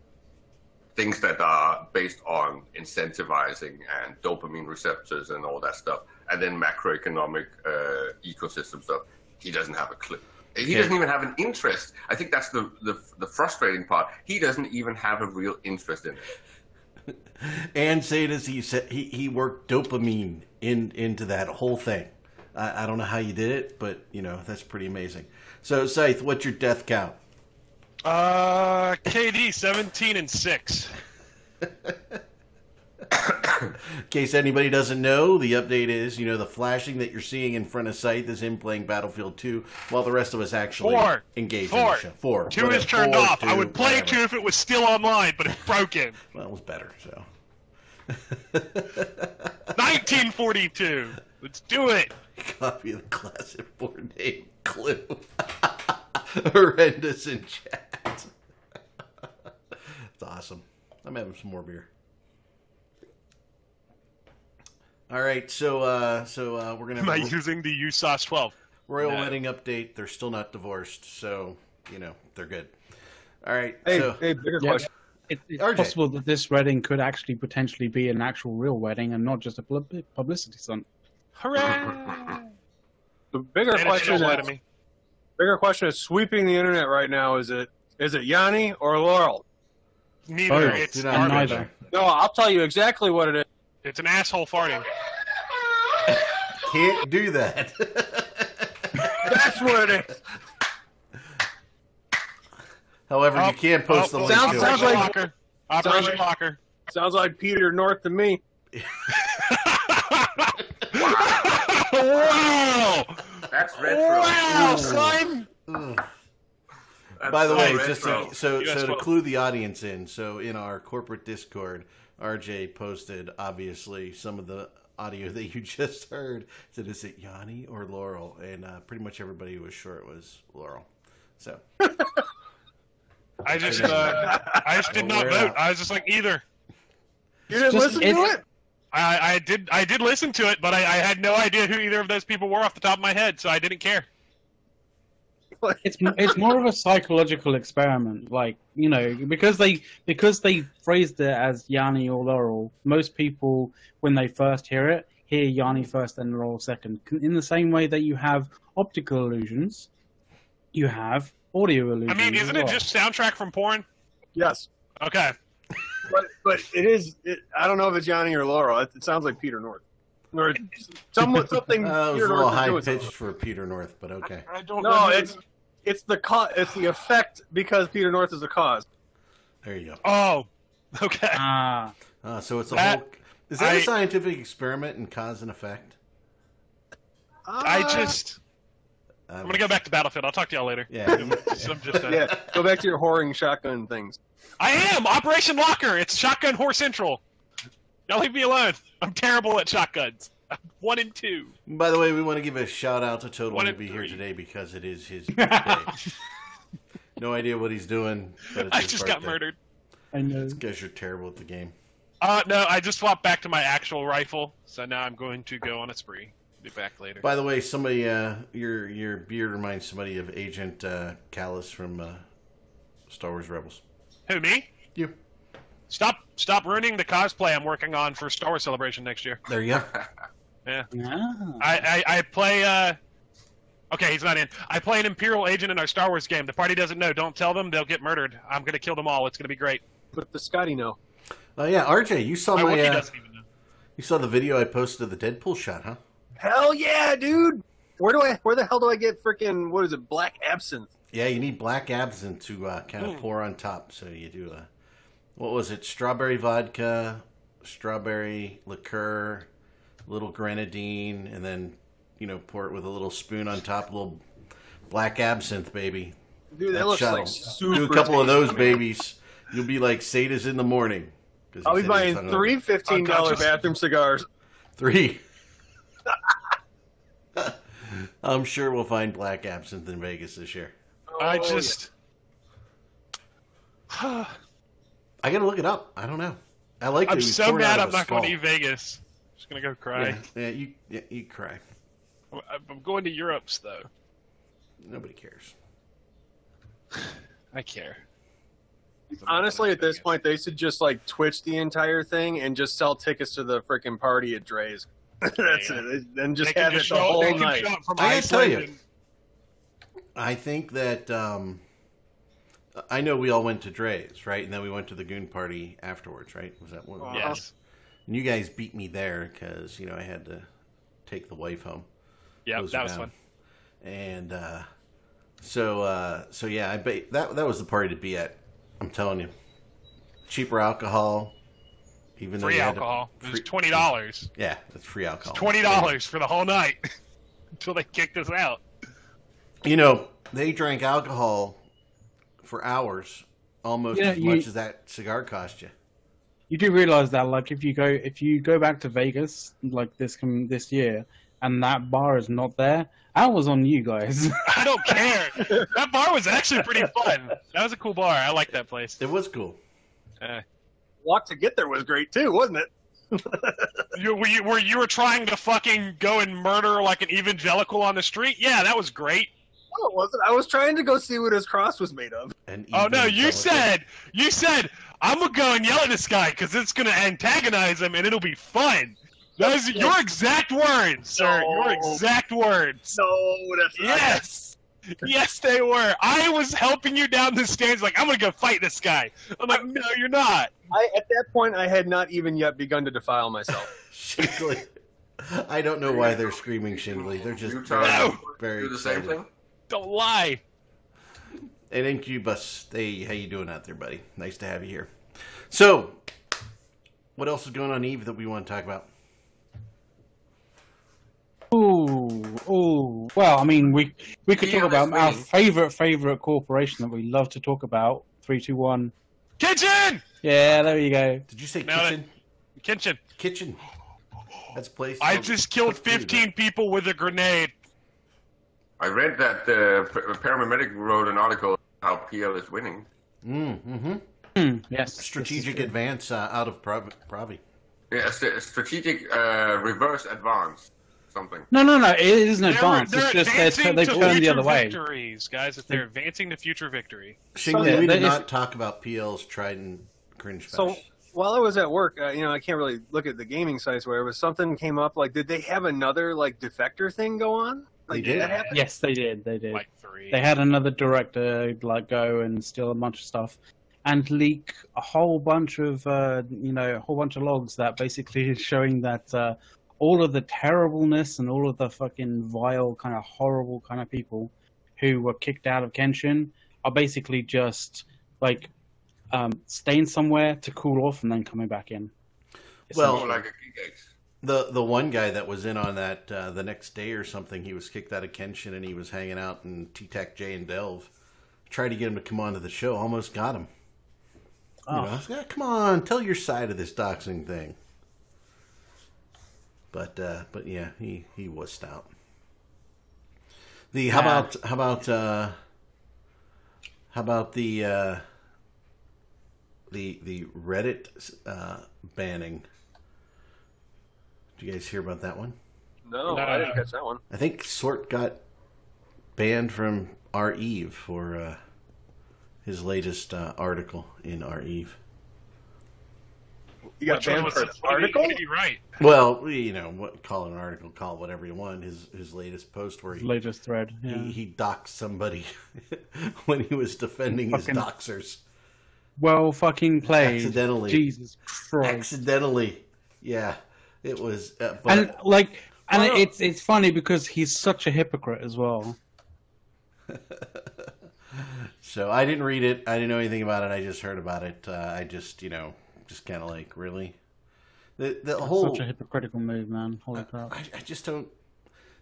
[SPEAKER 4] things that are based on incentivizing and dopamine receptors and all that stuff, and then macroeconomic uh, ecosystem stuff. He doesn't have a clue. He
[SPEAKER 1] Yeah.
[SPEAKER 4] doesn't even have an interest. I think that's the, the the frustrating part. He doesn't even have a real interest in it.
[SPEAKER 1] And Zetas, he said he, he worked dopamine in into that whole thing. I, I don't know how you did it, but you know that's pretty amazing. So Scythe, what's your death count?
[SPEAKER 2] Uh, KD seventeen and six.
[SPEAKER 1] In case anybody doesn't know, the update is you know the flashing that you're seeing in front of Scythe is him playing Battlefield 2, while the rest of us actually
[SPEAKER 2] Four.
[SPEAKER 1] engage in the
[SPEAKER 2] Four.
[SPEAKER 1] show. Four.
[SPEAKER 2] Two
[SPEAKER 1] Whatever.
[SPEAKER 2] is turned
[SPEAKER 1] Four,
[SPEAKER 2] off. I
[SPEAKER 1] two,
[SPEAKER 2] would play
[SPEAKER 1] whatever.
[SPEAKER 2] two if it was still online, but it's broken.
[SPEAKER 1] Well, it was better. So
[SPEAKER 2] 1942. Let's do it.
[SPEAKER 1] copy of the classic board name Clue. [laughs] Horrendous in chat. It's awesome. I'm having some more beer. All right, so uh, so uh, we're gonna
[SPEAKER 3] [laughs]
[SPEAKER 2] Am I
[SPEAKER 1] have a
[SPEAKER 2] using the USAS 12?
[SPEAKER 1] royal
[SPEAKER 2] No.
[SPEAKER 1] wedding update. They're still not divorced, so you know they're good. All right,
[SPEAKER 3] Hey,
[SPEAKER 1] so
[SPEAKER 3] hey, bigger
[SPEAKER 5] Yeah.
[SPEAKER 3] question.
[SPEAKER 5] It, it's
[SPEAKER 1] RJ.
[SPEAKER 5] possible that this wedding could actually potentially be an actual real wedding and not just a pub- publicity stunt.
[SPEAKER 2] Hooray!
[SPEAKER 3] The bigger
[SPEAKER 2] And it's
[SPEAKER 3] question.
[SPEAKER 2] still
[SPEAKER 3] Is,
[SPEAKER 2] letting me.
[SPEAKER 3] bigger question is sweeping the internet right now. Is it is it Yanni or Laurel?
[SPEAKER 2] Neither.
[SPEAKER 5] Both.
[SPEAKER 2] It's
[SPEAKER 1] do
[SPEAKER 5] and
[SPEAKER 1] Oh, not
[SPEAKER 2] garbage.
[SPEAKER 5] neither.
[SPEAKER 3] No, I'll tell you exactly what it is. [laughs]
[SPEAKER 2] It's an asshole farting.
[SPEAKER 1] can't do that. [laughs]
[SPEAKER 3] That's what it is.
[SPEAKER 1] However,
[SPEAKER 2] Oh,
[SPEAKER 1] you can post
[SPEAKER 2] oh,
[SPEAKER 1] the link.
[SPEAKER 3] sounds-
[SPEAKER 1] to it.
[SPEAKER 3] sounds
[SPEAKER 2] Operation
[SPEAKER 3] like-
[SPEAKER 2] Locker. Operation
[SPEAKER 3] sounds like-
[SPEAKER 2] Locker.
[SPEAKER 3] Sounds like Peter North to me.
[SPEAKER 2] [laughs] wow!
[SPEAKER 4] [laughs] That's retro.
[SPEAKER 2] Wow, slime!
[SPEAKER 1] Ugh.
[SPEAKER 4] That's
[SPEAKER 1] By the
[SPEAKER 4] so
[SPEAKER 1] way,
[SPEAKER 4] retro.
[SPEAKER 1] just so, so,
[SPEAKER 2] US
[SPEAKER 1] so to
[SPEAKER 2] twelve.
[SPEAKER 1] clue the audience in, so in our corporate Discord, RJ posted obviously some of the audio [laughs] that you just heard. Said, "Is it Yanni or Laurel?" And uh, pretty much everybody was sure it was Laurel. So
[SPEAKER 2] I just, uh, I just did
[SPEAKER 1] Well,
[SPEAKER 2] not
[SPEAKER 1] we're
[SPEAKER 2] vote.
[SPEAKER 1] out.
[SPEAKER 2] I was just like either.
[SPEAKER 3] You didn't
[SPEAKER 5] Just-
[SPEAKER 3] listen to
[SPEAKER 5] it's-
[SPEAKER 3] it?
[SPEAKER 2] I, I did, I did listen to it, but I, I had no idea who either of those people were off the top of my head, so I didn't care.
[SPEAKER 5] It's m- it's more of a psychological experiment, like you know, because they because they phrased it as Yanni or Laurel. Most people, when they first hear it, hear Yanni first and Laurel second. In the same way that you have optical illusions, you have audio illusion.
[SPEAKER 2] I mean,
[SPEAKER 5] as
[SPEAKER 2] isn't it
[SPEAKER 5] well.
[SPEAKER 2] just soundtrack from porn?
[SPEAKER 3] Yes,
[SPEAKER 2] Okay.
[SPEAKER 3] but but it is. It, I don't know if it's Johnny or Laurel. It, it sounds like Peter North, or
[SPEAKER 2] [laughs]
[SPEAKER 3] someone something.
[SPEAKER 1] Uh, it was
[SPEAKER 3] Peter
[SPEAKER 1] a little
[SPEAKER 3] Mm, North is
[SPEAKER 1] high
[SPEAKER 3] doing.
[SPEAKER 1] pitched for Peter North, but okay.
[SPEAKER 2] I don't
[SPEAKER 3] No, it's it's the co- it's the effect because Peter North is the cause.
[SPEAKER 1] There you go.
[SPEAKER 2] Oh, okay.
[SPEAKER 5] Ah,
[SPEAKER 1] Uh, so it's a
[SPEAKER 2] That-
[SPEAKER 1] whole. Is that a
[SPEAKER 2] I-
[SPEAKER 1] scientific experiment in cause and effect?
[SPEAKER 2] I
[SPEAKER 3] Ah.
[SPEAKER 2] just.
[SPEAKER 1] Um,
[SPEAKER 2] I'm gonna go back to Battlefield. I'll talk to
[SPEAKER 1] [laughs]
[SPEAKER 2] y'all later.
[SPEAKER 1] Yeah.
[SPEAKER 2] I'm just, uh,
[SPEAKER 3] Ah. yeah, go back to your whoring shotgun things.
[SPEAKER 2] I am Operation Locker. It's Shotgun Horse Central. Y'all leave me alone. I'm terrible at shotguns. I'm one and two.
[SPEAKER 1] By the way, we want to give a shout out to Total
[SPEAKER 2] One
[SPEAKER 1] to
[SPEAKER 2] and
[SPEAKER 1] be here
[SPEAKER 2] three.
[SPEAKER 1] today because it is
[SPEAKER 2] [laughs]
[SPEAKER 1] his birthday. no idea what he's doing. But it's
[SPEAKER 2] I
[SPEAKER 1] his
[SPEAKER 2] just got
[SPEAKER 1] birthday.
[SPEAKER 2] murdered.
[SPEAKER 5] I know.
[SPEAKER 1] Guess you're terrible at the game.
[SPEAKER 2] Uh, no, I just swapped back to my actual rifle, so now I'm going to go on a spree. Be back later.
[SPEAKER 1] By the way, somebody uh, your your beard reminds somebody of Agent uh, Callus from uh, Star Wars Rebels.
[SPEAKER 2] Who me?
[SPEAKER 1] You.
[SPEAKER 2] Stop! Stop ruining the cosplay I'm working on for Star Wars Celebration next year.
[SPEAKER 1] There you go.
[SPEAKER 5] Ah.
[SPEAKER 2] I I, I play. Uh... Okay, he's not in. I play an Imperial agent in our Star Wars game. The party doesn't know. Don't tell them. They'll get murdered. I'm gonna kill them all. It's gonna be great.
[SPEAKER 3] But the Scotty know.
[SPEAKER 1] Oh yeah, RJ, you saw
[SPEAKER 2] My
[SPEAKER 1] my
[SPEAKER 2] Wookiee
[SPEAKER 1] uh,
[SPEAKER 2] doesn't even know.
[SPEAKER 1] you saw the video I posted of the Deadpool shot, huh?
[SPEAKER 3] Hell yeah, dude. Where do I? Where the hell do I get freaking what is it? Black absinthe.
[SPEAKER 1] Yeah, you need black absinthe to uh, kind
[SPEAKER 3] Hmm.
[SPEAKER 1] of pour on top. So you do a what was it? Strawberry vodka, strawberry liqueur, little grenadine, and then you know pour it with a little spoon on top. A little black absinthe, baby.
[SPEAKER 3] Dude, that,
[SPEAKER 1] That
[SPEAKER 3] looks
[SPEAKER 1] shuttle.
[SPEAKER 3] like super.
[SPEAKER 1] do a couple of
[SPEAKER 3] tasty.
[SPEAKER 1] those babies. You'll be like Sada's in the morning. 'Cause he
[SPEAKER 3] I'll
[SPEAKER 1] said he
[SPEAKER 3] be
[SPEAKER 1] was
[SPEAKER 3] buying
[SPEAKER 1] hungover.
[SPEAKER 3] three fifteen dollar
[SPEAKER 2] Unconscious.
[SPEAKER 3] bathroom cigars.
[SPEAKER 1] Three. [laughs] I'm sure we'll find black absinthe in Vegas this year.
[SPEAKER 2] I
[SPEAKER 3] Oh,
[SPEAKER 2] just. [sighs]
[SPEAKER 1] I gotta look it up. I don't know. I like. that
[SPEAKER 2] I'm
[SPEAKER 1] we
[SPEAKER 2] so
[SPEAKER 1] poured out
[SPEAKER 2] mad
[SPEAKER 1] of
[SPEAKER 2] I'm
[SPEAKER 1] a
[SPEAKER 2] not going to
[SPEAKER 1] skull.
[SPEAKER 2] eat Vegas. I'm just gonna go cry.
[SPEAKER 1] Yeah, yeah, you yeah, you cry.
[SPEAKER 2] I'm, I'm going to Europe's though.
[SPEAKER 1] Nobody cares.
[SPEAKER 2] I care.
[SPEAKER 3] yeah. Honestly, at this point, they should just like Twitch the entire thing and just sell tickets to the freaking party at Dre's. [laughs] That's
[SPEAKER 2] Yeah.
[SPEAKER 3] it. And just
[SPEAKER 2] they
[SPEAKER 3] have
[SPEAKER 2] can just
[SPEAKER 3] it the
[SPEAKER 2] show, up- they
[SPEAKER 3] whole
[SPEAKER 2] can
[SPEAKER 3] night.
[SPEAKER 2] show up from
[SPEAKER 1] I gotta tell
[SPEAKER 2] Iceland
[SPEAKER 1] you.
[SPEAKER 2] and-
[SPEAKER 1] I think that um, I know we all went to Dre's, right? And then we went to the goon party afterwards, right? Was that one?
[SPEAKER 3] Uh-huh.
[SPEAKER 2] Yes.
[SPEAKER 1] And you guys beat me there because you know I had to take the wife home.
[SPEAKER 2] Yeah,
[SPEAKER 1] Those
[SPEAKER 2] that
[SPEAKER 1] are
[SPEAKER 2] was
[SPEAKER 1] down.
[SPEAKER 2] fun.
[SPEAKER 1] And uh, so uh, so yeah, I ba- that that was the party to be at. I'm telling you, cheaper alcohol, even though
[SPEAKER 2] Free
[SPEAKER 1] you had to-
[SPEAKER 2] alcohol. It was
[SPEAKER 1] free-
[SPEAKER 2] twenty dollars.
[SPEAKER 1] Yeah, that's free alcohol.
[SPEAKER 2] Twenty dollars for the whole night [laughs] until they kicked us out.
[SPEAKER 1] You know, they drank alcohol for hours, almost
[SPEAKER 5] Yeah,
[SPEAKER 1] as
[SPEAKER 5] you-
[SPEAKER 1] much as that cigar cost you.
[SPEAKER 5] you do realize that like if you go if you go back to Vegas like this com- this year and that bar is not there, I was on you guys. [laughs]
[SPEAKER 2] I don't
[SPEAKER 1] [laughs]
[SPEAKER 2] care. that bar was actually pretty fun. That was a cool bar. I like that place.
[SPEAKER 1] It was cool.
[SPEAKER 2] Uh,
[SPEAKER 3] Walk to get there was great too, wasn't it?
[SPEAKER 2] you, were you, were you were trying to fucking go and murder like an evangelical on the street? Yeah, that was great.
[SPEAKER 3] No, it wasn't. I was trying to go see what his cross was made of.
[SPEAKER 1] And
[SPEAKER 2] Oh no,
[SPEAKER 1] even
[SPEAKER 2] you
[SPEAKER 1] some of [laughs] it-
[SPEAKER 2] said you said I'm gonna go and yell at this guy because it's gonna antagonize him and it'll be fun. Those are your exact words, sir. Your
[SPEAKER 3] No.
[SPEAKER 2] exact words.
[SPEAKER 3] No, that's not-
[SPEAKER 2] Yes. Yes, they were. I was helping you down the stairs, like I'm gonna go fight this guy. I'm like, no, you're not.
[SPEAKER 3] I, at that point, I had not even yet begun to defile myself.
[SPEAKER 2] [laughs]
[SPEAKER 1] Shindley. I don't know why they're screaming Shindley. They're just
[SPEAKER 4] Utah
[SPEAKER 1] very,
[SPEAKER 2] No.
[SPEAKER 1] very
[SPEAKER 4] do the same
[SPEAKER 1] excited.
[SPEAKER 4] thing.
[SPEAKER 2] Don't lie.
[SPEAKER 1] And Incubus, hey, how you doing out there, buddy? Nice to have you here. So, what else is going on Eve that we want to talk about?
[SPEAKER 5] ooh, ooh. Well, I mean we we could talk
[SPEAKER 4] Fearless
[SPEAKER 5] about our
[SPEAKER 4] leading.
[SPEAKER 5] favorite favorite corporation that we love to talk about. Three, two, one.
[SPEAKER 2] Kitchen,
[SPEAKER 5] Yeah, there you go.
[SPEAKER 1] Did you say
[SPEAKER 2] Now that-
[SPEAKER 1] kitchen?
[SPEAKER 2] kitchen.
[SPEAKER 1] Kitchen. That's a place.
[SPEAKER 2] I
[SPEAKER 3] Oh,
[SPEAKER 1] to
[SPEAKER 2] just
[SPEAKER 1] cook
[SPEAKER 2] killed
[SPEAKER 1] food, right?
[SPEAKER 2] 15 people with a grenade.
[SPEAKER 4] I read that uh, p- a paramedic wrote an article how PL is winning.
[SPEAKER 1] Mm, hmm
[SPEAKER 5] Hmm, yes.
[SPEAKER 1] Strategic
[SPEAKER 5] this is
[SPEAKER 1] advance uh, out of Pravi. Pravi.
[SPEAKER 4] Yeah, a st- strategic uh, reverse advance, something.
[SPEAKER 5] true. No, no, no. It is an
[SPEAKER 2] They're-
[SPEAKER 5] advance.
[SPEAKER 2] they're
[SPEAKER 5] it's just they're,
[SPEAKER 2] advancing
[SPEAKER 5] they
[SPEAKER 2] to
[SPEAKER 5] turn the
[SPEAKER 2] future
[SPEAKER 5] other way.
[SPEAKER 2] Victories, guys. If they're advancing to future victory.
[SPEAKER 1] Shingly,
[SPEAKER 5] yeah,
[SPEAKER 1] we did
[SPEAKER 5] that is-
[SPEAKER 1] not talk about PL's Trident cringe
[SPEAKER 3] So
[SPEAKER 1] bash.
[SPEAKER 3] while I was at work, uh, you know, I can't really look at the gaming sites, or whatever. But something came up, like, did they have another like defector thing go on?
[SPEAKER 1] They
[SPEAKER 3] Like, that
[SPEAKER 1] did.
[SPEAKER 3] happened?
[SPEAKER 5] Yes, they did. They did.
[SPEAKER 2] like three.
[SPEAKER 5] They had another director like go and steal a bunch of stuff, and leak a whole bunch of uh, you know a whole bunch of logs that basically is showing that uh, all of the terribleness and all of the fucking vile kind of horrible kind of people who were kicked out of Kenshin are basically just like um, staying somewhere to cool off and then coming back in.
[SPEAKER 1] Well,
[SPEAKER 4] More like a Gigax.
[SPEAKER 1] The the one guy that was in on that uh, the next day or something, he was kicked out of Kenshin and he was hanging out in T Tac J and Delve. Tried to get him to come onto the show, almost got him. You know, I
[SPEAKER 5] Oh,
[SPEAKER 1] was, "Yeah, come on, tell your side of this doxing thing. But uh, but yeah, he, he wussed out. The how
[SPEAKER 5] Yeah.
[SPEAKER 1] about how about uh, how about the uh, the the Reddit uh, banning? Did you guys hear about that one?
[SPEAKER 3] No,
[SPEAKER 2] No,
[SPEAKER 3] I didn't
[SPEAKER 2] no.
[SPEAKER 3] catch that one.
[SPEAKER 1] I think Sort got banned from R Eve for uh, his latest uh, article in R Eve.
[SPEAKER 3] You got
[SPEAKER 2] Which one
[SPEAKER 3] banned
[SPEAKER 2] was
[SPEAKER 3] for an
[SPEAKER 2] it?
[SPEAKER 3] article?
[SPEAKER 2] You're right.
[SPEAKER 1] Well, you know, what, call it an article, call it whatever you want. His his latest post where he
[SPEAKER 5] latest thread. Yeah.
[SPEAKER 1] he, he doxed somebody [laughs] when he was defending his
[SPEAKER 5] Fucking-
[SPEAKER 1] doxers
[SPEAKER 5] well, fucking played.
[SPEAKER 1] Accidentally.
[SPEAKER 5] Jesus Christ.
[SPEAKER 1] accidentally. Yeah, it was. Uh, but
[SPEAKER 5] and like and
[SPEAKER 2] Why not?
[SPEAKER 5] it's it's funny because he's such a hypocrite as well
[SPEAKER 1] [laughs] so I didn't read it. I didn't know anything about it. I just heard about it. Uh, I just you know just kind of like really the the whole
[SPEAKER 5] such a hypocritical move man holy crap [laughs]
[SPEAKER 1] I, I just don't.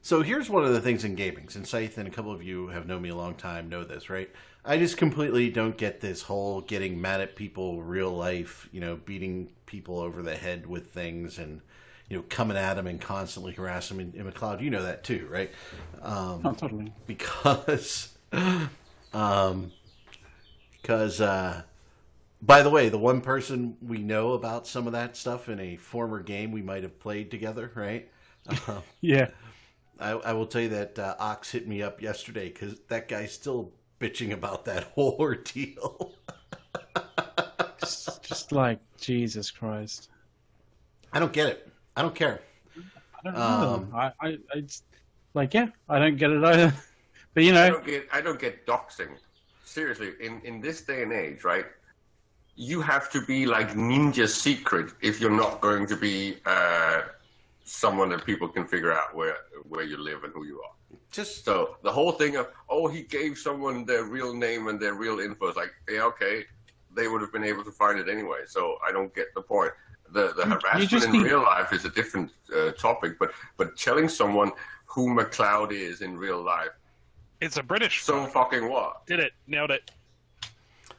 [SPEAKER 1] So here's one of the things in gaming, since Scythe and a couple of you have known me a long time, know this, right? I just completely don't get this whole getting mad at people, real life, you know, beating people over the head with things and, you know, coming at them and constantly harassing them. In, in McLeod, you know that too, right? Um,
[SPEAKER 5] not totally
[SPEAKER 1] because um because uh by the way the one person we know about some of that stuff in a former game we might have played together
[SPEAKER 5] [laughs]
[SPEAKER 1] right um,
[SPEAKER 5] yeah
[SPEAKER 1] I, I will tell you that uh, ox hit me up yesterday because that guy's still bitching about that [laughs] whole ordeal
[SPEAKER 5] It's just like jesus christ
[SPEAKER 1] i don't get it i don't care
[SPEAKER 5] i don't
[SPEAKER 1] Um,
[SPEAKER 5] know I, I i it's like yeah i don't get it either [laughs] but you
[SPEAKER 4] I
[SPEAKER 5] know
[SPEAKER 4] don't get I don't get doxing. Seriously, in, in this day and age, right? You have to be like ninja secret if you're not going to be uh, someone that people can figure out where where you live and who you are.
[SPEAKER 1] just
[SPEAKER 4] So the whole thing of oh he gave someone their real name and their real info is like yeah okay they would have been able to find it anyway. So I don't get the point. The the harassment
[SPEAKER 5] just
[SPEAKER 4] in
[SPEAKER 5] need-
[SPEAKER 4] real life is a different uh, topic, but but telling someone who McLeod is in real life
[SPEAKER 2] It's a British.
[SPEAKER 4] so fucking what?
[SPEAKER 2] Did it? Nailed it.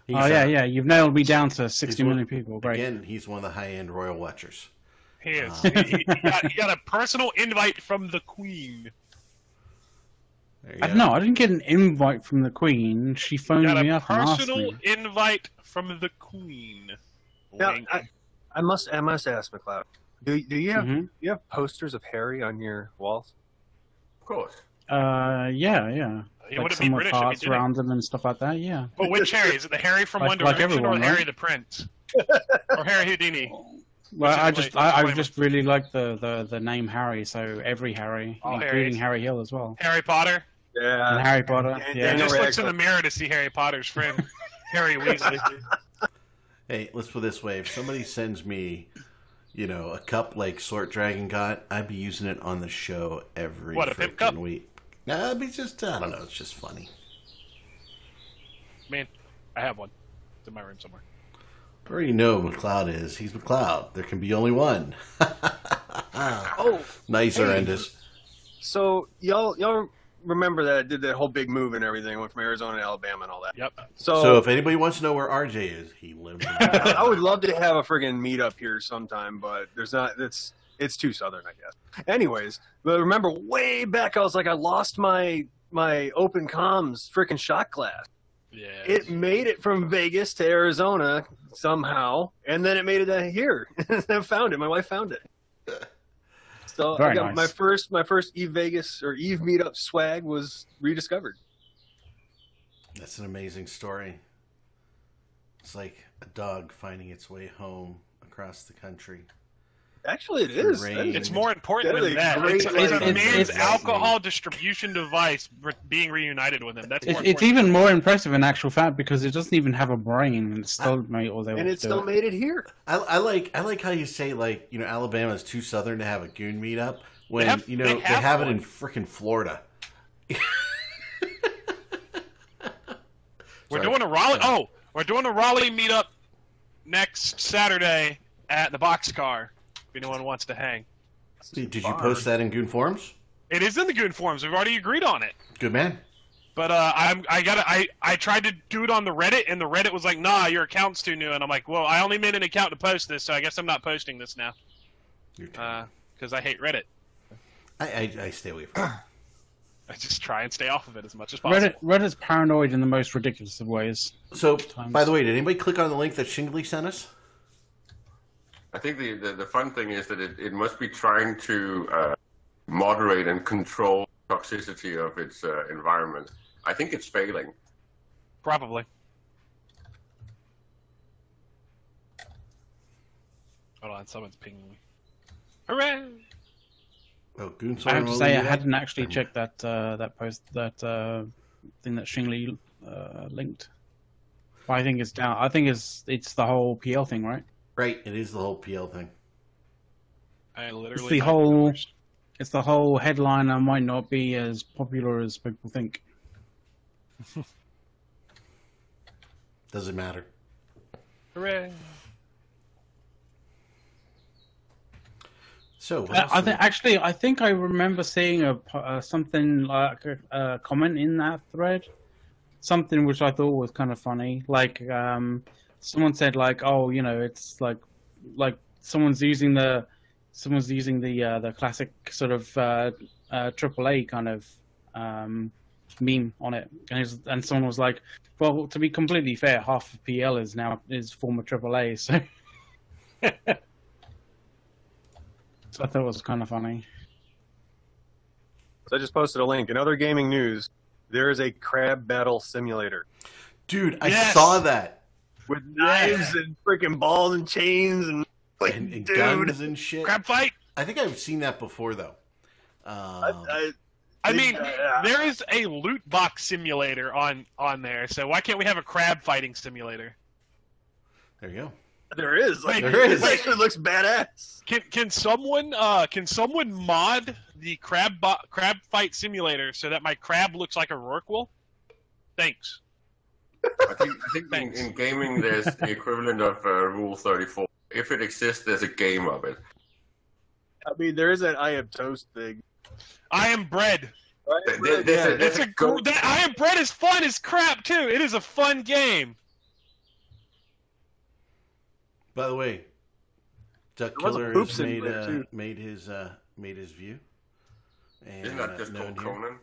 [SPEAKER 1] he's,
[SPEAKER 5] oh yeah
[SPEAKER 1] uh,
[SPEAKER 5] yeah you've nailed me down to 60
[SPEAKER 1] one-
[SPEAKER 5] million people right
[SPEAKER 1] again he's one of the high-end royal watchers
[SPEAKER 2] He
[SPEAKER 5] [laughs]
[SPEAKER 2] is. he, he- he got, he got a personal invite from the Queen.
[SPEAKER 1] There you go.
[SPEAKER 5] i don't know i didn't get an invite from the queen she phoned
[SPEAKER 2] Got
[SPEAKER 5] me
[SPEAKER 2] a
[SPEAKER 5] up and asked
[SPEAKER 2] personal
[SPEAKER 5] me
[SPEAKER 2] invite from the Queen.
[SPEAKER 3] Now,
[SPEAKER 2] Wink.
[SPEAKER 3] I, I must I must ask McLeod. Do do you have
[SPEAKER 5] Mhm.
[SPEAKER 3] do you have posters of Harry on your walls?
[SPEAKER 4] Of course.
[SPEAKER 5] uh yeah yeah
[SPEAKER 2] He
[SPEAKER 5] like
[SPEAKER 2] wouldn't be
[SPEAKER 5] some with
[SPEAKER 2] British if he
[SPEAKER 5] hearts
[SPEAKER 2] did it.
[SPEAKER 5] around them and stuff like that yeah
[SPEAKER 2] But which Harry? Is it the Harry from
[SPEAKER 5] Like-
[SPEAKER 2] One
[SPEAKER 5] like
[SPEAKER 2] Direction or
[SPEAKER 5] everyone,
[SPEAKER 2] the Harry
[SPEAKER 5] right?
[SPEAKER 2] the Prince? or Harry Houdini?
[SPEAKER 5] Well,
[SPEAKER 2] Which is
[SPEAKER 5] I
[SPEAKER 2] the
[SPEAKER 5] just
[SPEAKER 2] way-
[SPEAKER 5] I,
[SPEAKER 2] which
[SPEAKER 5] I
[SPEAKER 2] way-
[SPEAKER 5] just really like the, the, the name Harry, so every Harry,
[SPEAKER 3] Oh,
[SPEAKER 2] All
[SPEAKER 5] including
[SPEAKER 2] Harrys.
[SPEAKER 5] Harry Hill as well,
[SPEAKER 2] Harry Potter?
[SPEAKER 5] and
[SPEAKER 3] Yeah.
[SPEAKER 5] Harry Potter.
[SPEAKER 3] Uh, and
[SPEAKER 5] yeah,
[SPEAKER 2] He
[SPEAKER 3] Daniel
[SPEAKER 2] just looks in the
[SPEAKER 3] Radcliffe.
[SPEAKER 2] mirror to see Harry Potter's
[SPEAKER 3] [laughs]
[SPEAKER 2] friend, Harry Weasley.
[SPEAKER 1] Hey, let's put it this way: if somebody sends me, you know, a cup like Sort Dragon got, I'd be using it on the show every
[SPEAKER 2] What, a pimp
[SPEAKER 1] frickin'
[SPEAKER 2] cup?
[SPEAKER 1] week. No, it'd be just I don't know. It's just funny.
[SPEAKER 2] Man, I have one. It's in my room somewhere.
[SPEAKER 1] I already know who McLeod is. He's McLeod. There can be only one. [laughs]
[SPEAKER 3] Oh,
[SPEAKER 1] Nice,
[SPEAKER 3] Hey.
[SPEAKER 1] horrendous.
[SPEAKER 3] so y'all y'all remember that I did that whole big move and everything went from Arizona to Alabama and all that.
[SPEAKER 2] Yep.
[SPEAKER 3] So,
[SPEAKER 1] so, if anybody wants to know where RJ is, he
[SPEAKER 2] [laughs]
[SPEAKER 1] lives. in-
[SPEAKER 3] [laughs] I, I would love to have a friggin' meetup here sometime, but there's not. It's it's too southern, I guess. Anyways, but remember way back, I was like, I lost my my open comms freaking shot glass.
[SPEAKER 2] Yeah.
[SPEAKER 3] It made it from Vegas to Arizona somehow, and then it made it to here. [laughs] I found it. My wife found it. So I
[SPEAKER 5] Very
[SPEAKER 3] got
[SPEAKER 5] nice.
[SPEAKER 3] my first my first Eve Vegas or Eve meetup swag was rediscovered.
[SPEAKER 1] That's an amazing story. It's like a dog finding its way home across the country.
[SPEAKER 3] Actually, it is. That
[SPEAKER 1] Terrain.
[SPEAKER 3] is-
[SPEAKER 2] It's more important
[SPEAKER 3] That
[SPEAKER 2] than
[SPEAKER 3] is
[SPEAKER 2] that.
[SPEAKER 3] great
[SPEAKER 2] It's, it's
[SPEAKER 3] lighting.
[SPEAKER 2] a
[SPEAKER 5] It's-
[SPEAKER 2] man's
[SPEAKER 5] it's-
[SPEAKER 2] alcohol distribution device re- being reunited with him. That's
[SPEAKER 5] It's,
[SPEAKER 2] more
[SPEAKER 5] it's
[SPEAKER 2] important.
[SPEAKER 5] even more impressive in actual fact because it doesn't even have a brain and it still made all they
[SPEAKER 3] and
[SPEAKER 5] want
[SPEAKER 3] it
[SPEAKER 5] to
[SPEAKER 3] still
[SPEAKER 5] do.
[SPEAKER 3] made it here.
[SPEAKER 1] I, I like I like how you say like you know Alabama's too southern to have a goon meetup when
[SPEAKER 2] They have-
[SPEAKER 1] you know
[SPEAKER 2] they
[SPEAKER 1] they have,
[SPEAKER 2] have
[SPEAKER 1] it
[SPEAKER 2] one.
[SPEAKER 1] in frickin' Florida.
[SPEAKER 2] We're
[SPEAKER 1] Sorry.
[SPEAKER 2] doing a Raleigh. Oh, we're doing a Raleigh meetup next Saturday at the Boxcar. If anyone wants to hang,
[SPEAKER 1] Did you post that in goon forums?
[SPEAKER 2] it is in the Goon forums. We've already agreed on it.
[SPEAKER 1] Good man.
[SPEAKER 2] But uh, I'm I got to I I tried to do it on the Reddit, and the Reddit was like, "Nah, your account's too new." And I'm like, "Well, I only made an account to post this, so I guess I'm not posting this now
[SPEAKER 1] You're t-
[SPEAKER 2] Uh, because I hate Reddit.
[SPEAKER 1] I, I I stay away from. it.
[SPEAKER 2] I just try and stay off of it as much as possible."
[SPEAKER 5] Reddit, Reddit's paranoid in the most ridiculous of ways.
[SPEAKER 1] [clears throat] So by the way, did anybody click on the link that Shingley sent us?
[SPEAKER 4] I think the, the, the fun thing is that it, it must be trying to uh, moderate and control toxicity of its uh, environment. I think it's failing.
[SPEAKER 2] Probably. Hold on, someone's pinging me. Hooray!
[SPEAKER 1] Oh, goon.
[SPEAKER 5] I have to
[SPEAKER 1] Sorrow
[SPEAKER 5] say, I
[SPEAKER 1] Meetup?
[SPEAKER 5] hadn't actually checked that uh, that post that uh, thing that Shingley uh, linked. But I think it's down. I think it's it's the whole PL thing, right?
[SPEAKER 1] Right, it is the whole PL thing.
[SPEAKER 2] I literally.
[SPEAKER 5] It's the
[SPEAKER 2] typed
[SPEAKER 5] whole-
[SPEAKER 2] numbers.
[SPEAKER 5] It's the whole headliner might not be as popular as people think.
[SPEAKER 1] Doesn't matter.
[SPEAKER 2] Hooray!
[SPEAKER 1] So what
[SPEAKER 5] I,
[SPEAKER 1] else
[SPEAKER 5] Uh, I
[SPEAKER 1] did
[SPEAKER 5] think
[SPEAKER 1] we-
[SPEAKER 5] actually, I think I remember seeing a po- uh, something like a, a comment in that thread, something which I thought was kind of funny. Like um, someone said, like, "Oh, you know, it's like, like someone's using the, someone's using the uh, the classic sort of uh, uh, AAA kind of um, meme on it," and it's, and someone was like, "Well, to be completely fair, half of PL is now is former AAA," [laughs] so. So I thought it was kind of funny.
[SPEAKER 3] So I just posted a link. In other gaming news, there is a crab battle simulator
[SPEAKER 1] dude, I
[SPEAKER 2] Yes!
[SPEAKER 1] saw that
[SPEAKER 3] with knives and freaking balls and chains and like,
[SPEAKER 1] and, and
[SPEAKER 3] dude,
[SPEAKER 1] guns and shit.
[SPEAKER 2] Crab fight!
[SPEAKER 1] I think I've seen that before though.
[SPEAKER 3] I,
[SPEAKER 1] Um,
[SPEAKER 3] I,
[SPEAKER 2] I
[SPEAKER 3] They-
[SPEAKER 2] mean,
[SPEAKER 3] uh,
[SPEAKER 2] there is a loot box simulator on on there, so why can't we have a crab fighting simulator?
[SPEAKER 1] there you go.
[SPEAKER 3] there is. Like,
[SPEAKER 1] There is.
[SPEAKER 3] This actually looks badass.
[SPEAKER 2] Can can someone uh can someone mod the crab bo- crab fight simulator so that my crab looks like a rorqual? Thanks.
[SPEAKER 4] I think, I think in,
[SPEAKER 2] Thanks.
[SPEAKER 4] in gaming
[SPEAKER 2] [laughs]
[SPEAKER 4] there's the equivalent of uh, Rule 34. If it exists, there's a game of it.
[SPEAKER 3] I mean, there is that I have toast thing.
[SPEAKER 2] I am bread.
[SPEAKER 4] Th- th- there's a-
[SPEAKER 2] It's
[SPEAKER 4] there's
[SPEAKER 2] a
[SPEAKER 4] a goat-
[SPEAKER 2] gr- that I am bread is fun as crap too. It is a fun game.
[SPEAKER 1] By the way, Duck
[SPEAKER 3] There was a
[SPEAKER 1] Killer
[SPEAKER 3] poop
[SPEAKER 1] has made,
[SPEAKER 3] simulator,
[SPEAKER 1] uh,
[SPEAKER 3] too.
[SPEAKER 1] made his uh, made his view. And,
[SPEAKER 4] Isn't
[SPEAKER 1] uh,
[SPEAKER 4] that just
[SPEAKER 1] known
[SPEAKER 4] called
[SPEAKER 1] here.
[SPEAKER 4] Conan?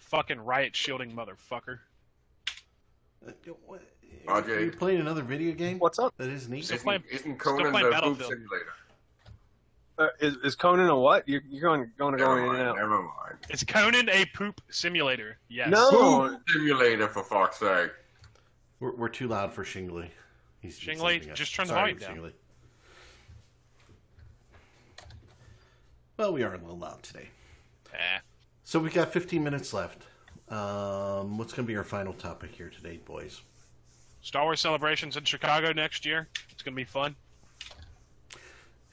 [SPEAKER 2] Fucking riot shielding motherfucker.
[SPEAKER 1] Uh, what-
[SPEAKER 4] RJ.
[SPEAKER 1] Are you playing another video game?
[SPEAKER 3] What's up?
[SPEAKER 1] That is neat.
[SPEAKER 2] Still
[SPEAKER 4] Isn't,
[SPEAKER 2] playing-
[SPEAKER 4] isn't
[SPEAKER 2] still
[SPEAKER 4] Conan
[SPEAKER 2] playing
[SPEAKER 4] the poop
[SPEAKER 2] Battlefield.
[SPEAKER 4] simulator?
[SPEAKER 3] Uh, is, is Conan a what? You're, you're going, going to go
[SPEAKER 4] Never
[SPEAKER 3] in
[SPEAKER 4] mind,
[SPEAKER 3] and out.
[SPEAKER 4] never mind.
[SPEAKER 2] Is Conan a poop simulator? Yes.
[SPEAKER 3] No,
[SPEAKER 4] Poop simulator, for fuck's sake.
[SPEAKER 1] We're, we're too loud for Shingley. He's he's
[SPEAKER 2] Shingley,
[SPEAKER 1] leaving us.
[SPEAKER 2] just turn the
[SPEAKER 1] Sorry,
[SPEAKER 2] volume down.
[SPEAKER 1] Shingley. Well, we are a little loud today.
[SPEAKER 2] Eh.
[SPEAKER 1] So we've got 15 minutes left. Um, what's going to be our final topic here today, boys?
[SPEAKER 2] Star Wars celebrations in Chicago next year. It's gonna be fun.
[SPEAKER 1] I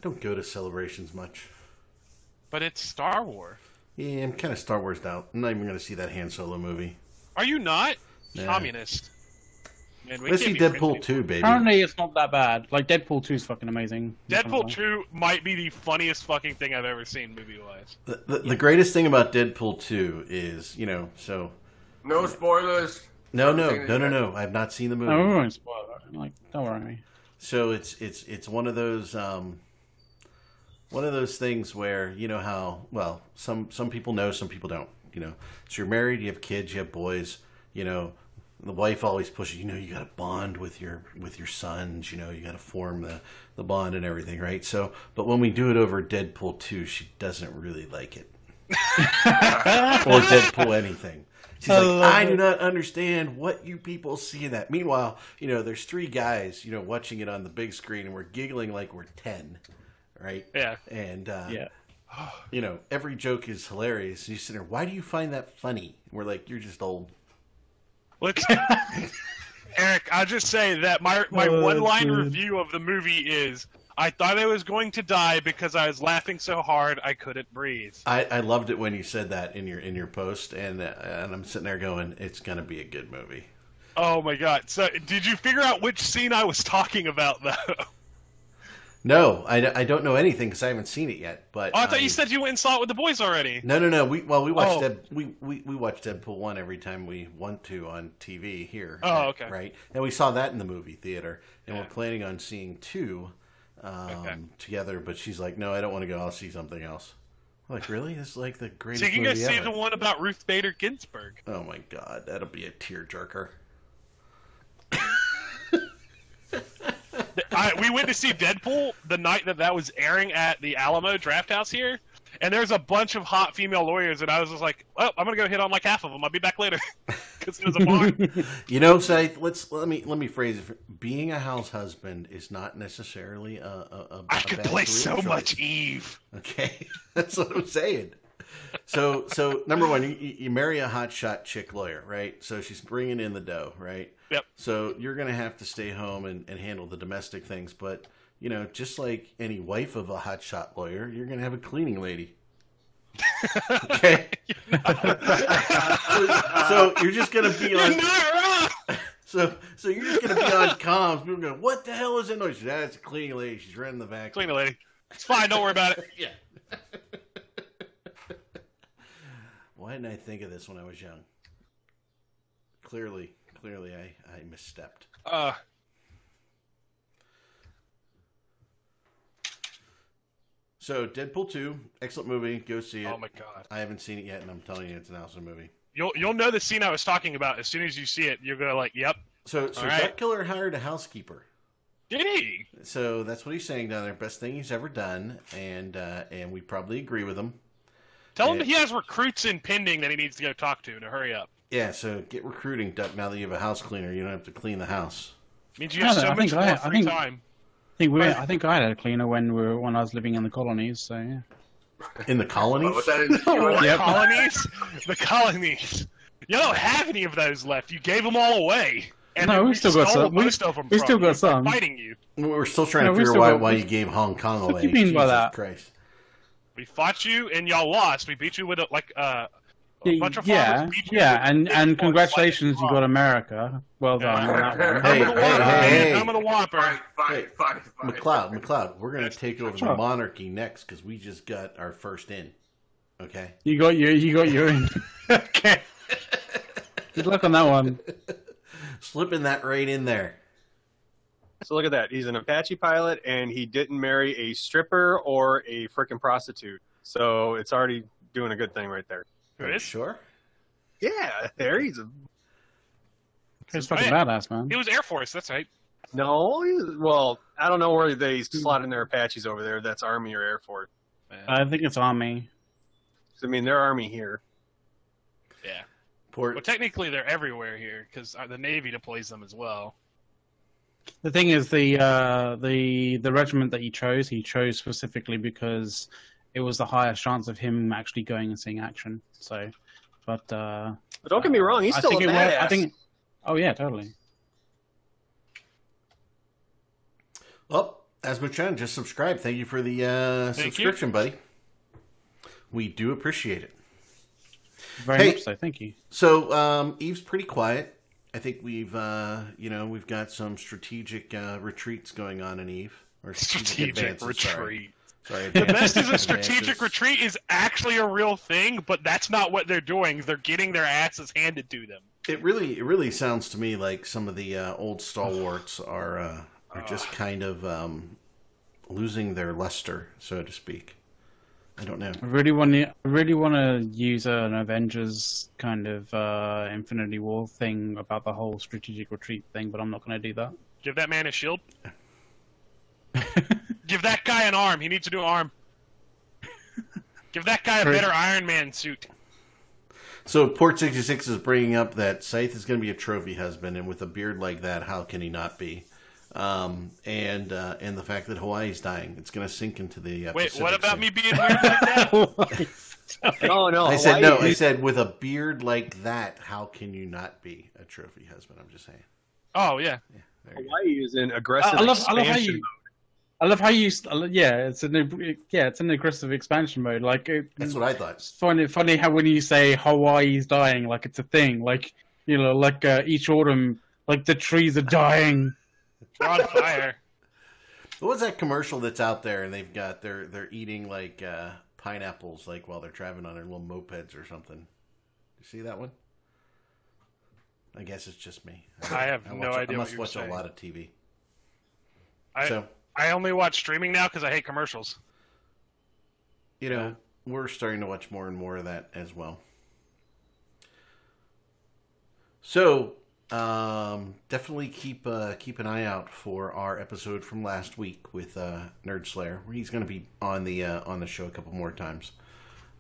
[SPEAKER 1] don't go to celebrations much.
[SPEAKER 2] But it's Star Wars.
[SPEAKER 1] Yeah, I'm kind of Star Wars out. I'm not even going to see that Han Solo movie.
[SPEAKER 2] Are you not?
[SPEAKER 1] Nah.
[SPEAKER 2] Communist. Man, we
[SPEAKER 1] Let's see
[SPEAKER 2] can't be
[SPEAKER 1] Deadpool
[SPEAKER 2] friends.
[SPEAKER 1] 2, baby.
[SPEAKER 5] Apparently, it's not that bad. Like Deadpool Two is fucking amazing.
[SPEAKER 1] [laughs]
[SPEAKER 2] Deadpool 2 might be the funniest fucking thing I've ever seen movie wise.
[SPEAKER 1] The, the, the greatest thing about Deadpool 2 is, you know, so.
[SPEAKER 4] No spoilers.
[SPEAKER 1] No,
[SPEAKER 4] Haven't
[SPEAKER 1] no,
[SPEAKER 4] seen it
[SPEAKER 1] no, no,
[SPEAKER 4] yet.
[SPEAKER 1] no. I have not seen the movie.
[SPEAKER 5] No, we won't spoil it. Like, don't worry. me.
[SPEAKER 1] So it's it's it's one of those um, one of those things where you know how well some some people know, some people don't. You know, so you're married, you have kids, you have boys. You know, the wife always pushes. You know, you got to bond with your with your sons. You know, you got to form the the bond and everything, right? So, but when we do it over Deadpool two, she doesn't really like it or Deadpool anything. She's
[SPEAKER 5] I
[SPEAKER 1] like,
[SPEAKER 5] love
[SPEAKER 1] I
[SPEAKER 5] it.
[SPEAKER 1] do not understand what you people see in that. Meanwhile, you know, there's three guys, you know, watching it on the big screen, and we're giggling like we're ten. right?
[SPEAKER 2] Yeah.
[SPEAKER 1] And uh,
[SPEAKER 5] Yeah.
[SPEAKER 1] you know, every joke is hilarious. You sit there, why do you find that funny? We're like, you're just old. [laughs]
[SPEAKER 2] Let's. Eric, I'll just say that my my
[SPEAKER 5] Oh,
[SPEAKER 2] one line
[SPEAKER 5] dude.
[SPEAKER 2] review of the movie is: I thought I was going to die because I was laughing so hard I couldn't breathe.
[SPEAKER 1] I, I loved it when you said that in your in your post, and uh, and I'm sitting there going, it's gonna be a good movie.
[SPEAKER 2] Oh my god! So, did you figure out which scene I was talking about though? Oh,
[SPEAKER 1] No, I, I don't know anything because I haven't seen it yet. But
[SPEAKER 2] Oh, I thought
[SPEAKER 1] um,
[SPEAKER 2] you said you went and saw it with the boys already.
[SPEAKER 1] No, no, no. We well, we watch
[SPEAKER 2] Oh.
[SPEAKER 1] Dead, we, we we watch Deadpool one every time we want to on TV here.
[SPEAKER 2] Oh, okay.
[SPEAKER 1] Right, and we saw that in the movie theater, and we're
[SPEAKER 2] Yeah.
[SPEAKER 1] planning on seeing two um,
[SPEAKER 2] Okay.
[SPEAKER 1] together. But she's like, "No, I don't want to go. I'll see something else." I'm like, really? This is like the greatest
[SPEAKER 2] So you can go
[SPEAKER 1] movie
[SPEAKER 2] see
[SPEAKER 1] ever.
[SPEAKER 2] the one about Ruth Bader Ginsburg.
[SPEAKER 1] Oh my god, that'll be a tearjerker.
[SPEAKER 2] I, we went to see Deadpool the night that that was airing at the Alamo Draft House here, and there's a bunch of hot female lawyers, and I was just like, "Oh, I'm gonna go hit on like half of them. I'll be back later," [laughs] because it was a
[SPEAKER 5] [laughs]
[SPEAKER 2] bar.
[SPEAKER 1] You know, say let's let me let me phrase it. Being a house husband is not necessarily a. a, a
[SPEAKER 2] I
[SPEAKER 1] a
[SPEAKER 2] could
[SPEAKER 1] bad
[SPEAKER 2] play
[SPEAKER 1] career
[SPEAKER 2] so
[SPEAKER 1] choice.
[SPEAKER 2] much Eve.
[SPEAKER 1] Okay, [laughs] that's what I'm saying. So, so number one, you, you you marry a hotshot chick lawyer, right? So she's bringing in the dough, right?
[SPEAKER 2] Yep.
[SPEAKER 1] So you're gonna have to stay home and, and handle the domestic things, but you know, just like any wife of a hotshot lawyer, you're gonna have a cleaning lady. okay. [laughs] so you're just gonna be
[SPEAKER 2] [laughs] You're
[SPEAKER 1] on
[SPEAKER 2] not wrong.
[SPEAKER 1] so so you're just gonna be on comms. People are going, what the hell is that noise? That's a cleaning lady. She's running the vacuum.
[SPEAKER 2] Clean it, lady. It's fine. Don't worry about it.
[SPEAKER 1] Yeah. Why didn't I think of this when I was young? Clearly, clearly, I, I misstepped.
[SPEAKER 2] Uh,
[SPEAKER 1] So, Deadpool 2, excellent movie. Go see it.
[SPEAKER 2] oh my god.
[SPEAKER 1] I haven't seen it yet, and I'm telling you, it's an awesome movie.
[SPEAKER 2] You'll you'll know the scene I was talking about as soon as you see it. You're gonna like, "Yep,
[SPEAKER 1] So, so
[SPEAKER 2] All right.
[SPEAKER 1] Jack Killer hired a housekeeper.
[SPEAKER 2] did he?"
[SPEAKER 1] So that's what he's saying down there. Best thing he's ever done, and uh, and we probably agree with him.
[SPEAKER 2] Tell him
[SPEAKER 1] Yeah.
[SPEAKER 2] that he has recruits in pending that he needs to go talk to to hurry up.
[SPEAKER 1] Yeah. So get recruiting, Duck. Now that you have a house cleaner, you don't have to clean the house.
[SPEAKER 2] Means you have
[SPEAKER 5] Yeah,
[SPEAKER 2] so
[SPEAKER 5] I
[SPEAKER 2] much
[SPEAKER 5] think
[SPEAKER 2] more
[SPEAKER 5] I- I
[SPEAKER 2] free
[SPEAKER 5] think-
[SPEAKER 2] time.
[SPEAKER 5] I think we, I think I had a cleaner when we were, when I was living in the colonies. So yeah.
[SPEAKER 2] [laughs]
[SPEAKER 1] In the colonies.
[SPEAKER 4] was that in the US?
[SPEAKER 5] Yep.
[SPEAKER 2] colonies? [laughs] the colonies. You don't have any of those left. You gave them all away. And
[SPEAKER 5] No,
[SPEAKER 2] then
[SPEAKER 5] we still got
[SPEAKER 2] stole
[SPEAKER 5] some. We-
[SPEAKER 2] Most of them
[SPEAKER 5] we
[SPEAKER 2] from
[SPEAKER 5] still
[SPEAKER 2] you.
[SPEAKER 5] got some.
[SPEAKER 2] Fighting you.
[SPEAKER 1] We're still trying
[SPEAKER 5] No,
[SPEAKER 1] to
[SPEAKER 5] we
[SPEAKER 1] figure
[SPEAKER 5] still
[SPEAKER 1] why
[SPEAKER 5] got-
[SPEAKER 1] why you gave Hong Kong away.
[SPEAKER 5] What do you mean by
[SPEAKER 1] Jesus
[SPEAKER 5] that?
[SPEAKER 1] Christ.
[SPEAKER 2] We fought you, and y'all lost. We beat you with a, like uh, a bunch of
[SPEAKER 5] yeah,
[SPEAKER 2] farmers beat you
[SPEAKER 5] yeah,
[SPEAKER 2] with
[SPEAKER 5] and
[SPEAKER 2] big
[SPEAKER 5] and
[SPEAKER 2] ones,
[SPEAKER 5] congratulations, you
[SPEAKER 2] like-
[SPEAKER 5] got America. Well done.
[SPEAKER 2] Yeah.
[SPEAKER 5] on that one.
[SPEAKER 1] Hey,
[SPEAKER 2] I'm
[SPEAKER 1] hey, hey.
[SPEAKER 2] the Whopper, man. I'm the Whopper.
[SPEAKER 4] Fight, fight, fight, fight.
[SPEAKER 1] McLeod, McLeod, we're going to
[SPEAKER 2] Yes.
[SPEAKER 1] take over the
[SPEAKER 5] Sure.
[SPEAKER 1] monarchy next because we just got our first in. Okay. [laughs]
[SPEAKER 5] You got your you
[SPEAKER 2] [laughs]
[SPEAKER 5] got your in. okay. Good luck on that one.
[SPEAKER 1] Slipping that right in there.
[SPEAKER 3] So look at that. He's an Apache pilot, and he didn't marry a stripper or a freaking prostitute. So it's already doing a good thing right there.
[SPEAKER 1] Are you
[SPEAKER 2] Chris?
[SPEAKER 1] sure?
[SPEAKER 3] Yeah, there he's a
[SPEAKER 5] It's fucking
[SPEAKER 2] Right.
[SPEAKER 5] badass, man.
[SPEAKER 2] He was Air Force. That's right.
[SPEAKER 3] no. he- Well, I don't know where they slot in their Apaches over there. if That's Army or Air Force.
[SPEAKER 5] I think it's army.
[SPEAKER 3] 'Cause, I mean, they're Army here.
[SPEAKER 2] Yeah.
[SPEAKER 1] Port.
[SPEAKER 2] Well, technically, they're everywhere here because the Navy deploys them
[SPEAKER 1] [laughs]
[SPEAKER 2] as well.
[SPEAKER 5] The thing is, the uh, the the regiment that he chose, he chose specifically because it was the highest chance of him actually going and seeing action. So, but uh,
[SPEAKER 3] But don't get me wrong, he's
[SPEAKER 5] I
[SPEAKER 3] still
[SPEAKER 5] think
[SPEAKER 3] a
[SPEAKER 5] it wa-
[SPEAKER 3] badass.
[SPEAKER 5] I think. Oh yeah, totally.
[SPEAKER 1] Oh, Asmachan, just subscribe. Thank you for the uh,
[SPEAKER 2] Thank you.
[SPEAKER 1] subscription, buddy. We do appreciate it.
[SPEAKER 5] Very
[SPEAKER 1] Hey.
[SPEAKER 5] much so. Thank you.
[SPEAKER 1] So um, Eve's pretty quiet. I think we've, uh, you know, we've got some strategic uh, retreats going on in Eve. Or
[SPEAKER 2] Strategic
[SPEAKER 1] advances, sorry. [laughs]
[SPEAKER 2] retreat.
[SPEAKER 1] Sorry.
[SPEAKER 2] The best is a strategic
[SPEAKER 1] Advances.
[SPEAKER 2] retreat is actually a real thing, but that's not what they're doing. They're getting their asses handed to them.
[SPEAKER 1] It really, it really sounds to me like some of the uh, old stalwarts are uh, are just kind of um, losing their luster, so to speak. I don't know.
[SPEAKER 5] I really want to. I really want to use an Avengers kind of uh, Infinity War thing about the whole strategic retreat thing, but I'm not going to do that. [laughs]
[SPEAKER 2] Give that man
[SPEAKER 1] [laughs]
[SPEAKER 2] a shield. Give that guy an arm. He needs a new arm. Give that guy a
[SPEAKER 5] Right.
[SPEAKER 2] better Iron Man suit.
[SPEAKER 1] So Port sixty six is bringing up that Scythe is going to be a trophy husband, and with a beard like that, how can he not be? um, and uh, and the fact that Hawaii's dying. It's going to sink into the uh,
[SPEAKER 2] Wait,
[SPEAKER 1] Pacific
[SPEAKER 2] what about
[SPEAKER 1] soon.
[SPEAKER 2] me being weird
[SPEAKER 1] [laughs]
[SPEAKER 2] like that?
[SPEAKER 3] No, no.
[SPEAKER 1] I said no. I
[SPEAKER 3] Hawaii-
[SPEAKER 1] said with a beard like that, how can you not be a trophy husband? I'm just saying.
[SPEAKER 2] Oh yeah,
[SPEAKER 1] There you go.
[SPEAKER 3] Hawaii is in aggressive.
[SPEAKER 5] I, I love, I love how
[SPEAKER 3] expansion
[SPEAKER 5] you. I love how you. s- I lo- Yeah, it's an ag- yeah, it's an aggressive expansion mode. Like it,
[SPEAKER 1] That's what I thought.
[SPEAKER 5] it's funny, funny how when you say Hawaii's dying, like it's a thing. Like you know, like uh, each autumn, like the trees are dying.
[SPEAKER 1] [laughs]
[SPEAKER 2] we're on fire.
[SPEAKER 1] What was that commercial that's out there? And they've got they're they're eating like uh, pineapples, like while they're driving on their little mopeds or something. You see that one? I guess it's just me.
[SPEAKER 2] I have no
[SPEAKER 1] watch,
[SPEAKER 2] idea
[SPEAKER 1] I
[SPEAKER 2] what
[SPEAKER 1] must
[SPEAKER 2] you're
[SPEAKER 1] watch
[SPEAKER 2] saying.
[SPEAKER 1] a lot of TV.
[SPEAKER 2] I,
[SPEAKER 1] so
[SPEAKER 2] I only watch streaming now because I hate commercials.
[SPEAKER 1] you know, we're starting to watch more and more of that as well. So, um, definitely keep uh, keep an eye out for our episode from last week with uh, Nerd Slayer. where He's going to be on the uh, on the show a couple more times.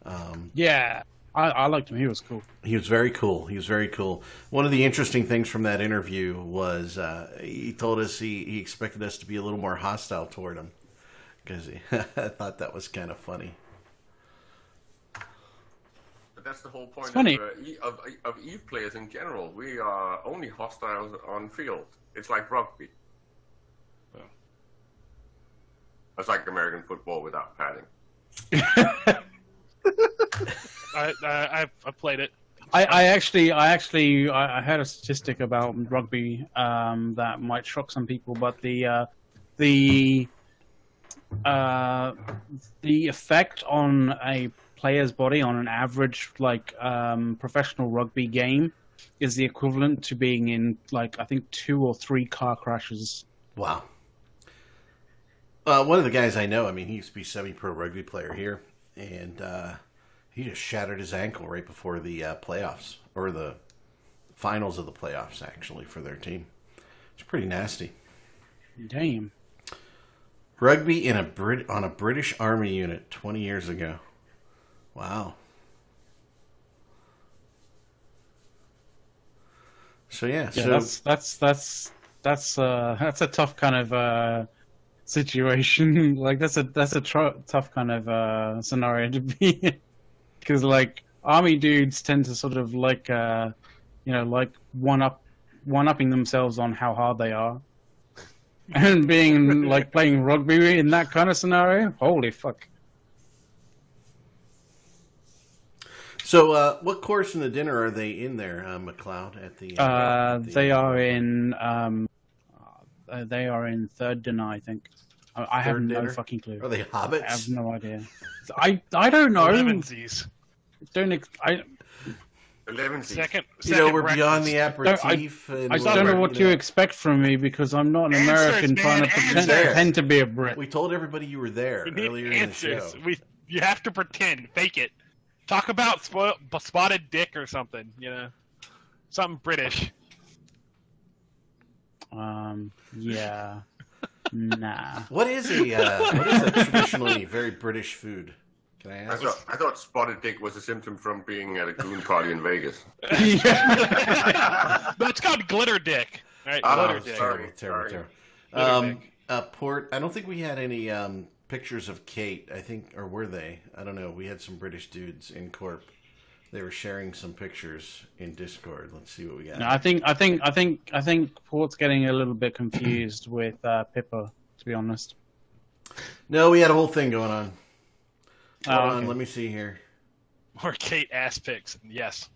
[SPEAKER 1] Um,
[SPEAKER 5] Yeah, I, I liked him. He was cool.
[SPEAKER 1] he was very cool. He was very cool. One of the interesting things from that interview was uh, he told us he, he expected us to be a little more hostile toward him because [laughs] I thought that was kind of funny.
[SPEAKER 4] But that's the whole point
[SPEAKER 5] It's funny.
[SPEAKER 4] Of, uh, E- of, of Eve players in general. We are only hostile on field. It's like rugby. It's like American football without padding.
[SPEAKER 2] I, I I've, I've played it.
[SPEAKER 5] I, I actually, I actually, I I heard a statistic about rugby um, that might shock some people, but the uh, the uh, the effect on a player's body on an average like um, professional rugby game is the equivalent to being in like I think two or three car crashes.
[SPEAKER 1] Wow. Uh, one of the guys I know, I mean, he used to be semi-pro rugby player here, and uh, he just shattered his ankle right before the uh, playoffs or the finals of the playoffs, actually, for their team. It's pretty nasty.
[SPEAKER 5] Damn.
[SPEAKER 1] Rugby in a Brit on a British Army unit 20 years ago. Wow. So yeah,
[SPEAKER 5] Yeah,
[SPEAKER 1] so
[SPEAKER 5] that's that's that's that's uh, [laughs] that's a tough kind of uh, situation. [laughs] like that's a that's a tr- tough kind of uh, scenario to be in. [laughs] because like army dudes tend to sort of like uh, you know like one up one upping themselves on how hard they are. [laughs] And being like playing rugby in that kind of scenario, holy fuck!
[SPEAKER 1] so uh, what course in the dinner are they in there, uh, McLeod? At the,
[SPEAKER 5] Uh,
[SPEAKER 1] at the-
[SPEAKER 5] they are in um, uh, they are in third dinner, I think. I, I have
[SPEAKER 1] Third
[SPEAKER 5] no
[SPEAKER 1] dinner?
[SPEAKER 5] fucking clue.
[SPEAKER 1] Are they
[SPEAKER 5] I have
[SPEAKER 1] hobbits?
[SPEAKER 5] no idea. I I don't know.
[SPEAKER 2] Elevensies.
[SPEAKER 5] Don't ex- I,
[SPEAKER 4] Eleven seasons.
[SPEAKER 2] Second,
[SPEAKER 1] you
[SPEAKER 2] second
[SPEAKER 1] know, we're beyond
[SPEAKER 2] breakfast.
[SPEAKER 1] the aperitif. and
[SPEAKER 5] I
[SPEAKER 1] we're-
[SPEAKER 5] don't know what
[SPEAKER 1] you
[SPEAKER 5] you expect from me because I'm not an
[SPEAKER 2] Answers,
[SPEAKER 5] American
[SPEAKER 2] man,
[SPEAKER 5] trying to pretend,
[SPEAKER 1] answers.
[SPEAKER 5] pretend to be a Brit.
[SPEAKER 1] We told everybody you were there
[SPEAKER 2] We
[SPEAKER 1] earlier
[SPEAKER 2] need
[SPEAKER 1] in the
[SPEAKER 2] answers.
[SPEAKER 1] show.
[SPEAKER 2] We you have to pretend, fake it. Talk about spo- b- spotted dick or something. You know, something British.
[SPEAKER 5] Um,
[SPEAKER 1] [laughs]
[SPEAKER 5] yeah, nah.
[SPEAKER 1] What is a uh, what is
[SPEAKER 5] [laughs]
[SPEAKER 1] a traditionally very British food? Can I
[SPEAKER 4] I
[SPEAKER 1] ask?
[SPEAKER 4] thought, I thought spotted dick was a symptom from being at a goon party in Vegas.
[SPEAKER 2] That's called glitter dick. All right,
[SPEAKER 1] Uh-huh.
[SPEAKER 4] Oh,
[SPEAKER 2] glitter dick.
[SPEAKER 4] sorry.
[SPEAKER 1] terrible, terrible,
[SPEAKER 4] sorry.
[SPEAKER 1] terrible.
[SPEAKER 2] Glitter
[SPEAKER 1] Um,
[SPEAKER 2] dick.
[SPEAKER 1] uh, port. I don't think we had any um, pictures of Kate. I think, or were they? I don't know. We had some British dudes in Corp. They were sharing some pictures in Discord. Let's see what we got.
[SPEAKER 5] No, I think I think I think I think Port's getting a little bit confused with uh, Pippa. To be honest,
[SPEAKER 1] No, we had a whole thing going on. Hold
[SPEAKER 5] Oh,
[SPEAKER 1] on,
[SPEAKER 5] okay.
[SPEAKER 1] let me see here.
[SPEAKER 2] Or Kate ass pics. Yes.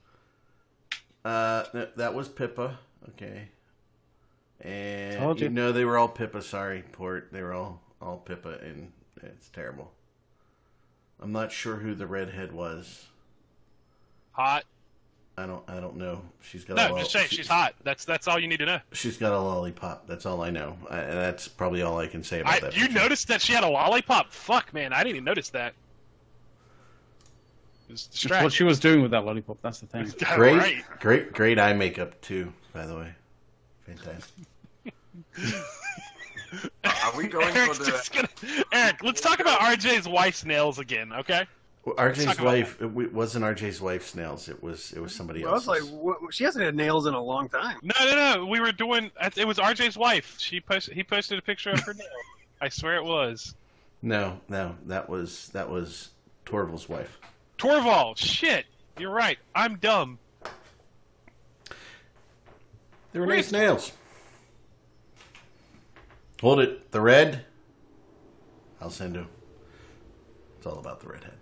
[SPEAKER 1] Uh, th- that was Pippa. Okay. And
[SPEAKER 5] Told you.
[SPEAKER 1] no, they were all Pippa. Sorry, Port. They were all all Pippa, and it's terrible. I'm not sure who the redhead was.
[SPEAKER 2] Hot.
[SPEAKER 1] I don't. I don't know. She's got. a
[SPEAKER 2] No,
[SPEAKER 1] lo-
[SPEAKER 2] just say
[SPEAKER 1] she-
[SPEAKER 2] she's hot. That's that's all you need to know.
[SPEAKER 1] She's got a lollipop. That's all I know. I, and that's probably all I can say about
[SPEAKER 2] I,
[SPEAKER 1] that.
[SPEAKER 2] you
[SPEAKER 1] picture.
[SPEAKER 2] noticed that she had a lollipop? Fuck, man, I didn't even notice that. It was
[SPEAKER 5] It's what she
[SPEAKER 2] distracting.
[SPEAKER 5] was doing with that lollipop. That's
[SPEAKER 1] [laughs]
[SPEAKER 5] the thing.
[SPEAKER 2] [laughs] God,
[SPEAKER 1] Great,
[SPEAKER 2] right.
[SPEAKER 1] great, great eye makeup too. By the way, fantastic.
[SPEAKER 4] Are we going for
[SPEAKER 2] Eric's
[SPEAKER 4] the?
[SPEAKER 2] just gonna... Eric, let's talk about RJ's wife's nails again, okay?
[SPEAKER 1] Well, RJ's
[SPEAKER 2] Talk about
[SPEAKER 1] wife it w- wasn't RJ's wife's nails. It was it was somebody
[SPEAKER 3] I was
[SPEAKER 1] else's.
[SPEAKER 3] like, what? she hasn't had nails in a long time.
[SPEAKER 2] No, no, no. We were doing. It was RJ's wife. She posted. He posted a
[SPEAKER 1] [laughs]
[SPEAKER 2] picture of her nail. I swear it was
[SPEAKER 1] no, no, that was that was Torval's wife.
[SPEAKER 2] Torvald. Shit, you're right. I'm dumb.
[SPEAKER 1] They were nice nails. Hold it. The red. I'll send him. It's all about the redhead.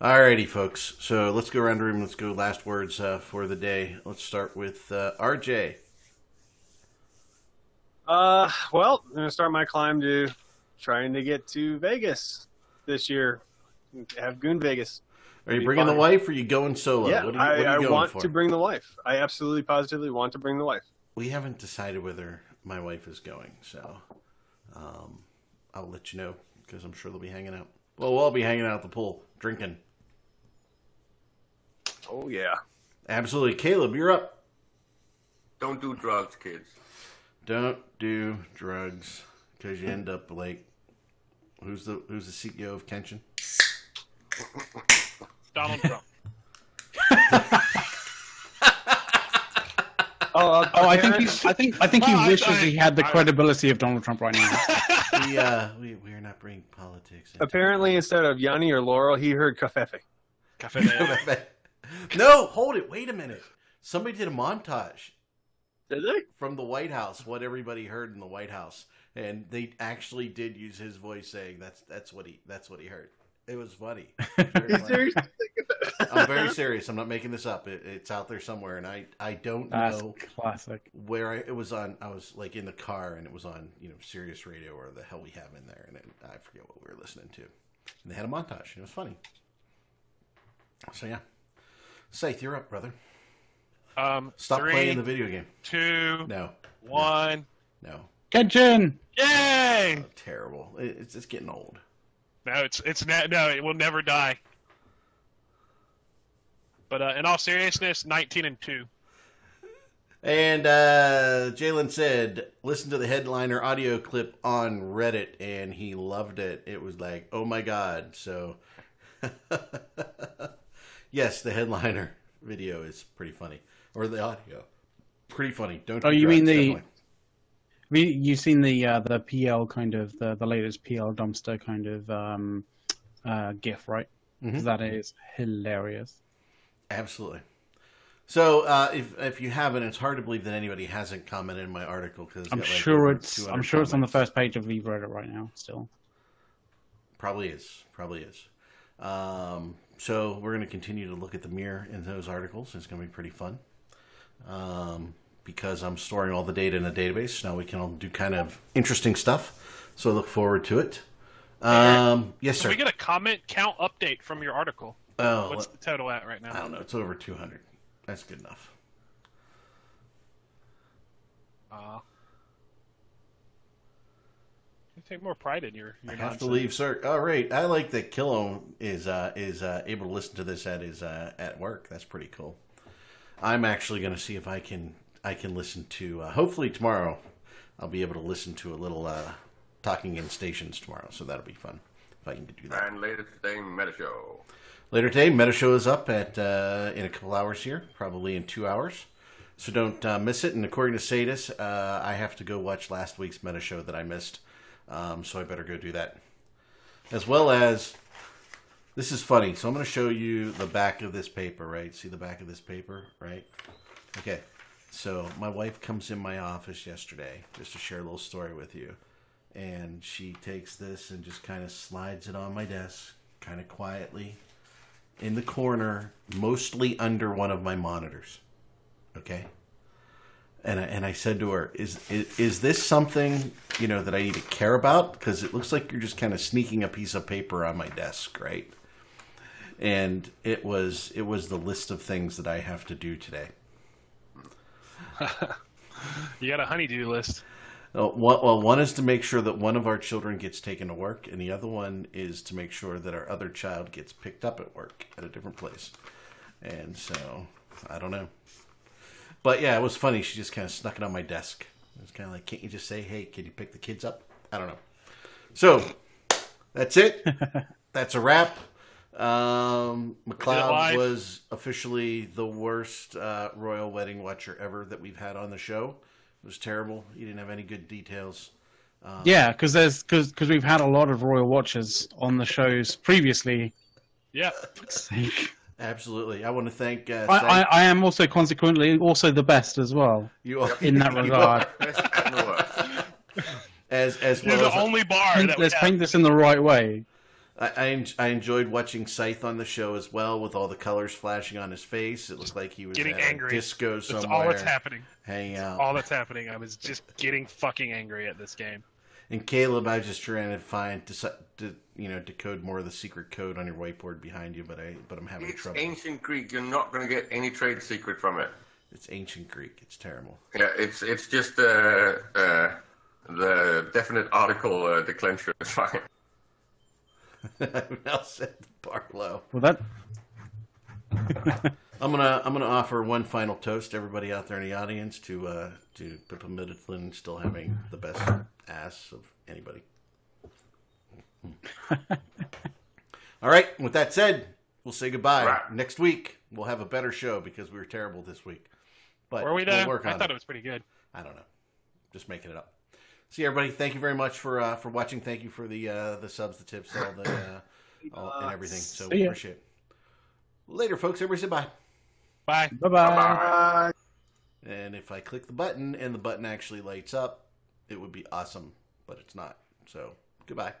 [SPEAKER 1] Alrighty, folks. So let's go around the room. Let's go last words uh, for the day. Let's start with uh, RJ.
[SPEAKER 3] Uh, well, I'm gonna start my climb to trying to get to Vegas this year. Have Goon Vegas.
[SPEAKER 1] Are you
[SPEAKER 3] Be
[SPEAKER 1] bringing the
[SPEAKER 3] fine.
[SPEAKER 1] wife or you going solo?
[SPEAKER 3] yeah,
[SPEAKER 1] what are you,
[SPEAKER 3] I,
[SPEAKER 1] what are
[SPEAKER 3] I
[SPEAKER 1] you going
[SPEAKER 3] want
[SPEAKER 1] for?
[SPEAKER 3] to bring the wife. I absolutely positively want to bring the wife.
[SPEAKER 1] we haven't decided whether my wife is going, so um, I'll let you know because I'm sure they'll be hanging out. Well, we'll all be hanging out at the pool, drinking.
[SPEAKER 3] Oh yeah.
[SPEAKER 1] Absolutely, Caleb, you're up.
[SPEAKER 4] Don't do drugs, kids.
[SPEAKER 1] Don't do drugs because you end up like who's the who's the CEO of Kenshin? [laughs]
[SPEAKER 2] Donald Trump.
[SPEAKER 3] Oh, uh,
[SPEAKER 5] Oh, I think
[SPEAKER 3] Aaron,
[SPEAKER 5] he's, I think I think he
[SPEAKER 2] Well, I-
[SPEAKER 5] wishes
[SPEAKER 2] I-
[SPEAKER 5] he had the
[SPEAKER 2] I-
[SPEAKER 5] credibility of Donald Trump right now.
[SPEAKER 1] [laughs] we uh
[SPEAKER 3] [laughs]
[SPEAKER 1] we we are not bringing politics. into-
[SPEAKER 3] apparently instead of Yanni or Laurel, he heard Kafefe.
[SPEAKER 2] Cafe Day.
[SPEAKER 1] [laughs] no, hold it. Wait a minute. Somebody did a montage
[SPEAKER 3] Did they?
[SPEAKER 1] from the White House. What everybody heard in the White House, and they actually did use his voice saying that's that's what he that's what he heard. It was funny. Very
[SPEAKER 3] He
[SPEAKER 1] funny.
[SPEAKER 3] seriously-
[SPEAKER 1] I'm very serious. I'm not making this up. It, it's out there somewhere, and I I don't
[SPEAKER 5] That's
[SPEAKER 1] know.
[SPEAKER 5] classic.
[SPEAKER 1] where I, it was on i was like in the car and it was on you know sirius radio or the hell we have in there and it, i forget what we were listening to and they had a montage and it was funny so yeah Saith, you're up brother
[SPEAKER 2] Um,
[SPEAKER 1] stop
[SPEAKER 2] three,
[SPEAKER 1] playing the video game
[SPEAKER 2] two,
[SPEAKER 1] no
[SPEAKER 2] one.
[SPEAKER 1] no
[SPEAKER 5] Kitchen.
[SPEAKER 2] Yay!
[SPEAKER 1] Oh, terrible it, it's, it's getting old
[SPEAKER 2] No, it's it's ne- no, it will never die. But uh, in all seriousness, nineteen and two.
[SPEAKER 1] and uh jalen said listen to the headliner audio clip on reddit and he loved it it was like oh my god so [laughs] yes, the headliner video is pretty funny, or the audio, pretty funny. Don't.
[SPEAKER 5] Oh,
[SPEAKER 1] do
[SPEAKER 5] you mean
[SPEAKER 1] drugs,
[SPEAKER 5] the-
[SPEAKER 1] definitely.
[SPEAKER 5] Have you- You've seen the uh, the PL kind of the, the latest PL dumpster kind of um, uh, GIF, right?
[SPEAKER 2] Mm-hmm.
[SPEAKER 5] 'Cause
[SPEAKER 1] Mhm.
[SPEAKER 5] that is hilarious.
[SPEAKER 1] Absolutely. So, uh, if if you haven't, it's hard to believe that anybody hasn't commented in my article because
[SPEAKER 5] I'm sure it's I'm sure it's on the first page of Leave Reddit right now. Still,
[SPEAKER 1] Probably is. Probably is. Um, so we're going to continue to look at the mirror in those articles. It's going to be pretty fun um, because I'm storing all the data in a database. so Now we can all do kind of interesting stuff. So I look forward to it. Um, yes,
[SPEAKER 2] Can
[SPEAKER 1] sir.
[SPEAKER 2] we get a comment count update from your article?
[SPEAKER 1] oh,
[SPEAKER 2] What's the total at right
[SPEAKER 1] I
[SPEAKER 2] now?
[SPEAKER 1] don't know. It's over 200. That's good enough.
[SPEAKER 2] Uh, you take more pride in your. your
[SPEAKER 1] I have to
[SPEAKER 2] nonsense.
[SPEAKER 1] leave, sir. All right. I like that Killo is uh, is uh, able to listen to this at his uh, at work. That's pretty cool. I'm actually going to see if I can I can listen to. Uh, hopefully tomorrow, I'll be able to listen to a little uh, talking in stations tomorrow. So that'll be fun if I can do that.
[SPEAKER 4] And later today, meta show.
[SPEAKER 1] Later today, Meta Show is up at uh, in a couple hours here, probably in two hours. So don't uh, miss it. And according to Sadis, uh, I have to go watch last week's Meta Show that I missed. Um, so I better go do that. As well as, this is funny. So I'm going to show you the back of this paper, right? See the back of this paper, right? Okay. So my wife comes in my office yesterday just to share a little story with you. And she takes this and just kind of slides it on my desk, kind of quietly, in the corner, mostly under one of my monitors. Okay. And I, and I said to her, is, is is this something you know that I need to care about? Because it looks like you're just kind of sneaking a piece of paper on my desk, right? And it was it was the list of things that I have to do today.
[SPEAKER 2] You got a honeydew list.
[SPEAKER 1] Uh, one- Well, one is to make sure that one of our children gets taken to work, and the other one is to make sure that our other child gets picked up at work at a different place. And so, I don't know. But yeah, it was funny. She just kind of snuck it on my desk. It was kind of like, can't you just say, hey, can you pick the kids up? I don't know. So, That's
[SPEAKER 5] [laughs]
[SPEAKER 1] it. That's a wrap. Um, McLeod
[SPEAKER 2] live.
[SPEAKER 1] was officially the worst uh, royal wedding watcher ever that we've had on the show. It was terrible. He didn't have any good details.
[SPEAKER 2] Ah.
[SPEAKER 5] Yeah, because there's because because we've had a lot of royal watchers on the shows previously.
[SPEAKER 2] Yeah.
[SPEAKER 1] Uh, Absolutely. I want to thank, uh, thank
[SPEAKER 5] I, I, I am also consequently also the best as well
[SPEAKER 1] you
[SPEAKER 5] [laughs]
[SPEAKER 1] all
[SPEAKER 2] [laughs]
[SPEAKER 5] in that regard.
[SPEAKER 4] Best and the worst.
[SPEAKER 1] as as
[SPEAKER 2] You're
[SPEAKER 1] well
[SPEAKER 2] the
[SPEAKER 1] as
[SPEAKER 2] only bar that we
[SPEAKER 5] Let's
[SPEAKER 2] have.
[SPEAKER 5] paint this in the right way.
[SPEAKER 1] I, I, en- I enjoyed watching Scythe on the show as well, with all the colors flashing on his face. It looked like he was
[SPEAKER 2] Getting
[SPEAKER 1] at a
[SPEAKER 2] angry.
[SPEAKER 1] disco somewhere.
[SPEAKER 2] That's all that's happening.
[SPEAKER 1] Hanging out.
[SPEAKER 2] All that's happening. I was just getting fucking angry at this game.
[SPEAKER 1] and Caleb, I was just trying to find to, to you know decode more of the secret code on your whiteboard behind you, but I but I'm having
[SPEAKER 4] It's
[SPEAKER 1] trouble.
[SPEAKER 4] ancient Greek. You're not going to get any trade secret from it.
[SPEAKER 1] It's ancient Greek. It's terrible. [laughs]
[SPEAKER 4] Yeah, it's it's just uh, uh, the definite article uh, declension [laughs] is fine.
[SPEAKER 1] now said Barlow.
[SPEAKER 5] Well, that
[SPEAKER 1] I'm gonna I'm gonna offer one final toast to everybody out there in the audience to uh, to Pippa Middleton still having the best ass of anybody. All right. With that said, we'll say goodbye.
[SPEAKER 4] Right.
[SPEAKER 1] Next week we'll have a better show because we were terrible this week. But
[SPEAKER 2] Were we
[SPEAKER 1] we'll
[SPEAKER 2] there?
[SPEAKER 1] work
[SPEAKER 2] I
[SPEAKER 1] on
[SPEAKER 2] thought it was pretty good.
[SPEAKER 1] I don't know. Just making it up. See everybody. Thank you very much for uh, for watching. Thank you for the uh, the subs, the tips, all the uh, all, and everything. So
[SPEAKER 5] See
[SPEAKER 1] we
[SPEAKER 5] ya.
[SPEAKER 1] appreciate it. Later, folks. Everybody say bye.
[SPEAKER 2] Bye.
[SPEAKER 5] bye bye.
[SPEAKER 3] Bye.
[SPEAKER 1] And if I click the button and the button actually lights up, it would be awesome, but it's not. So goodbye.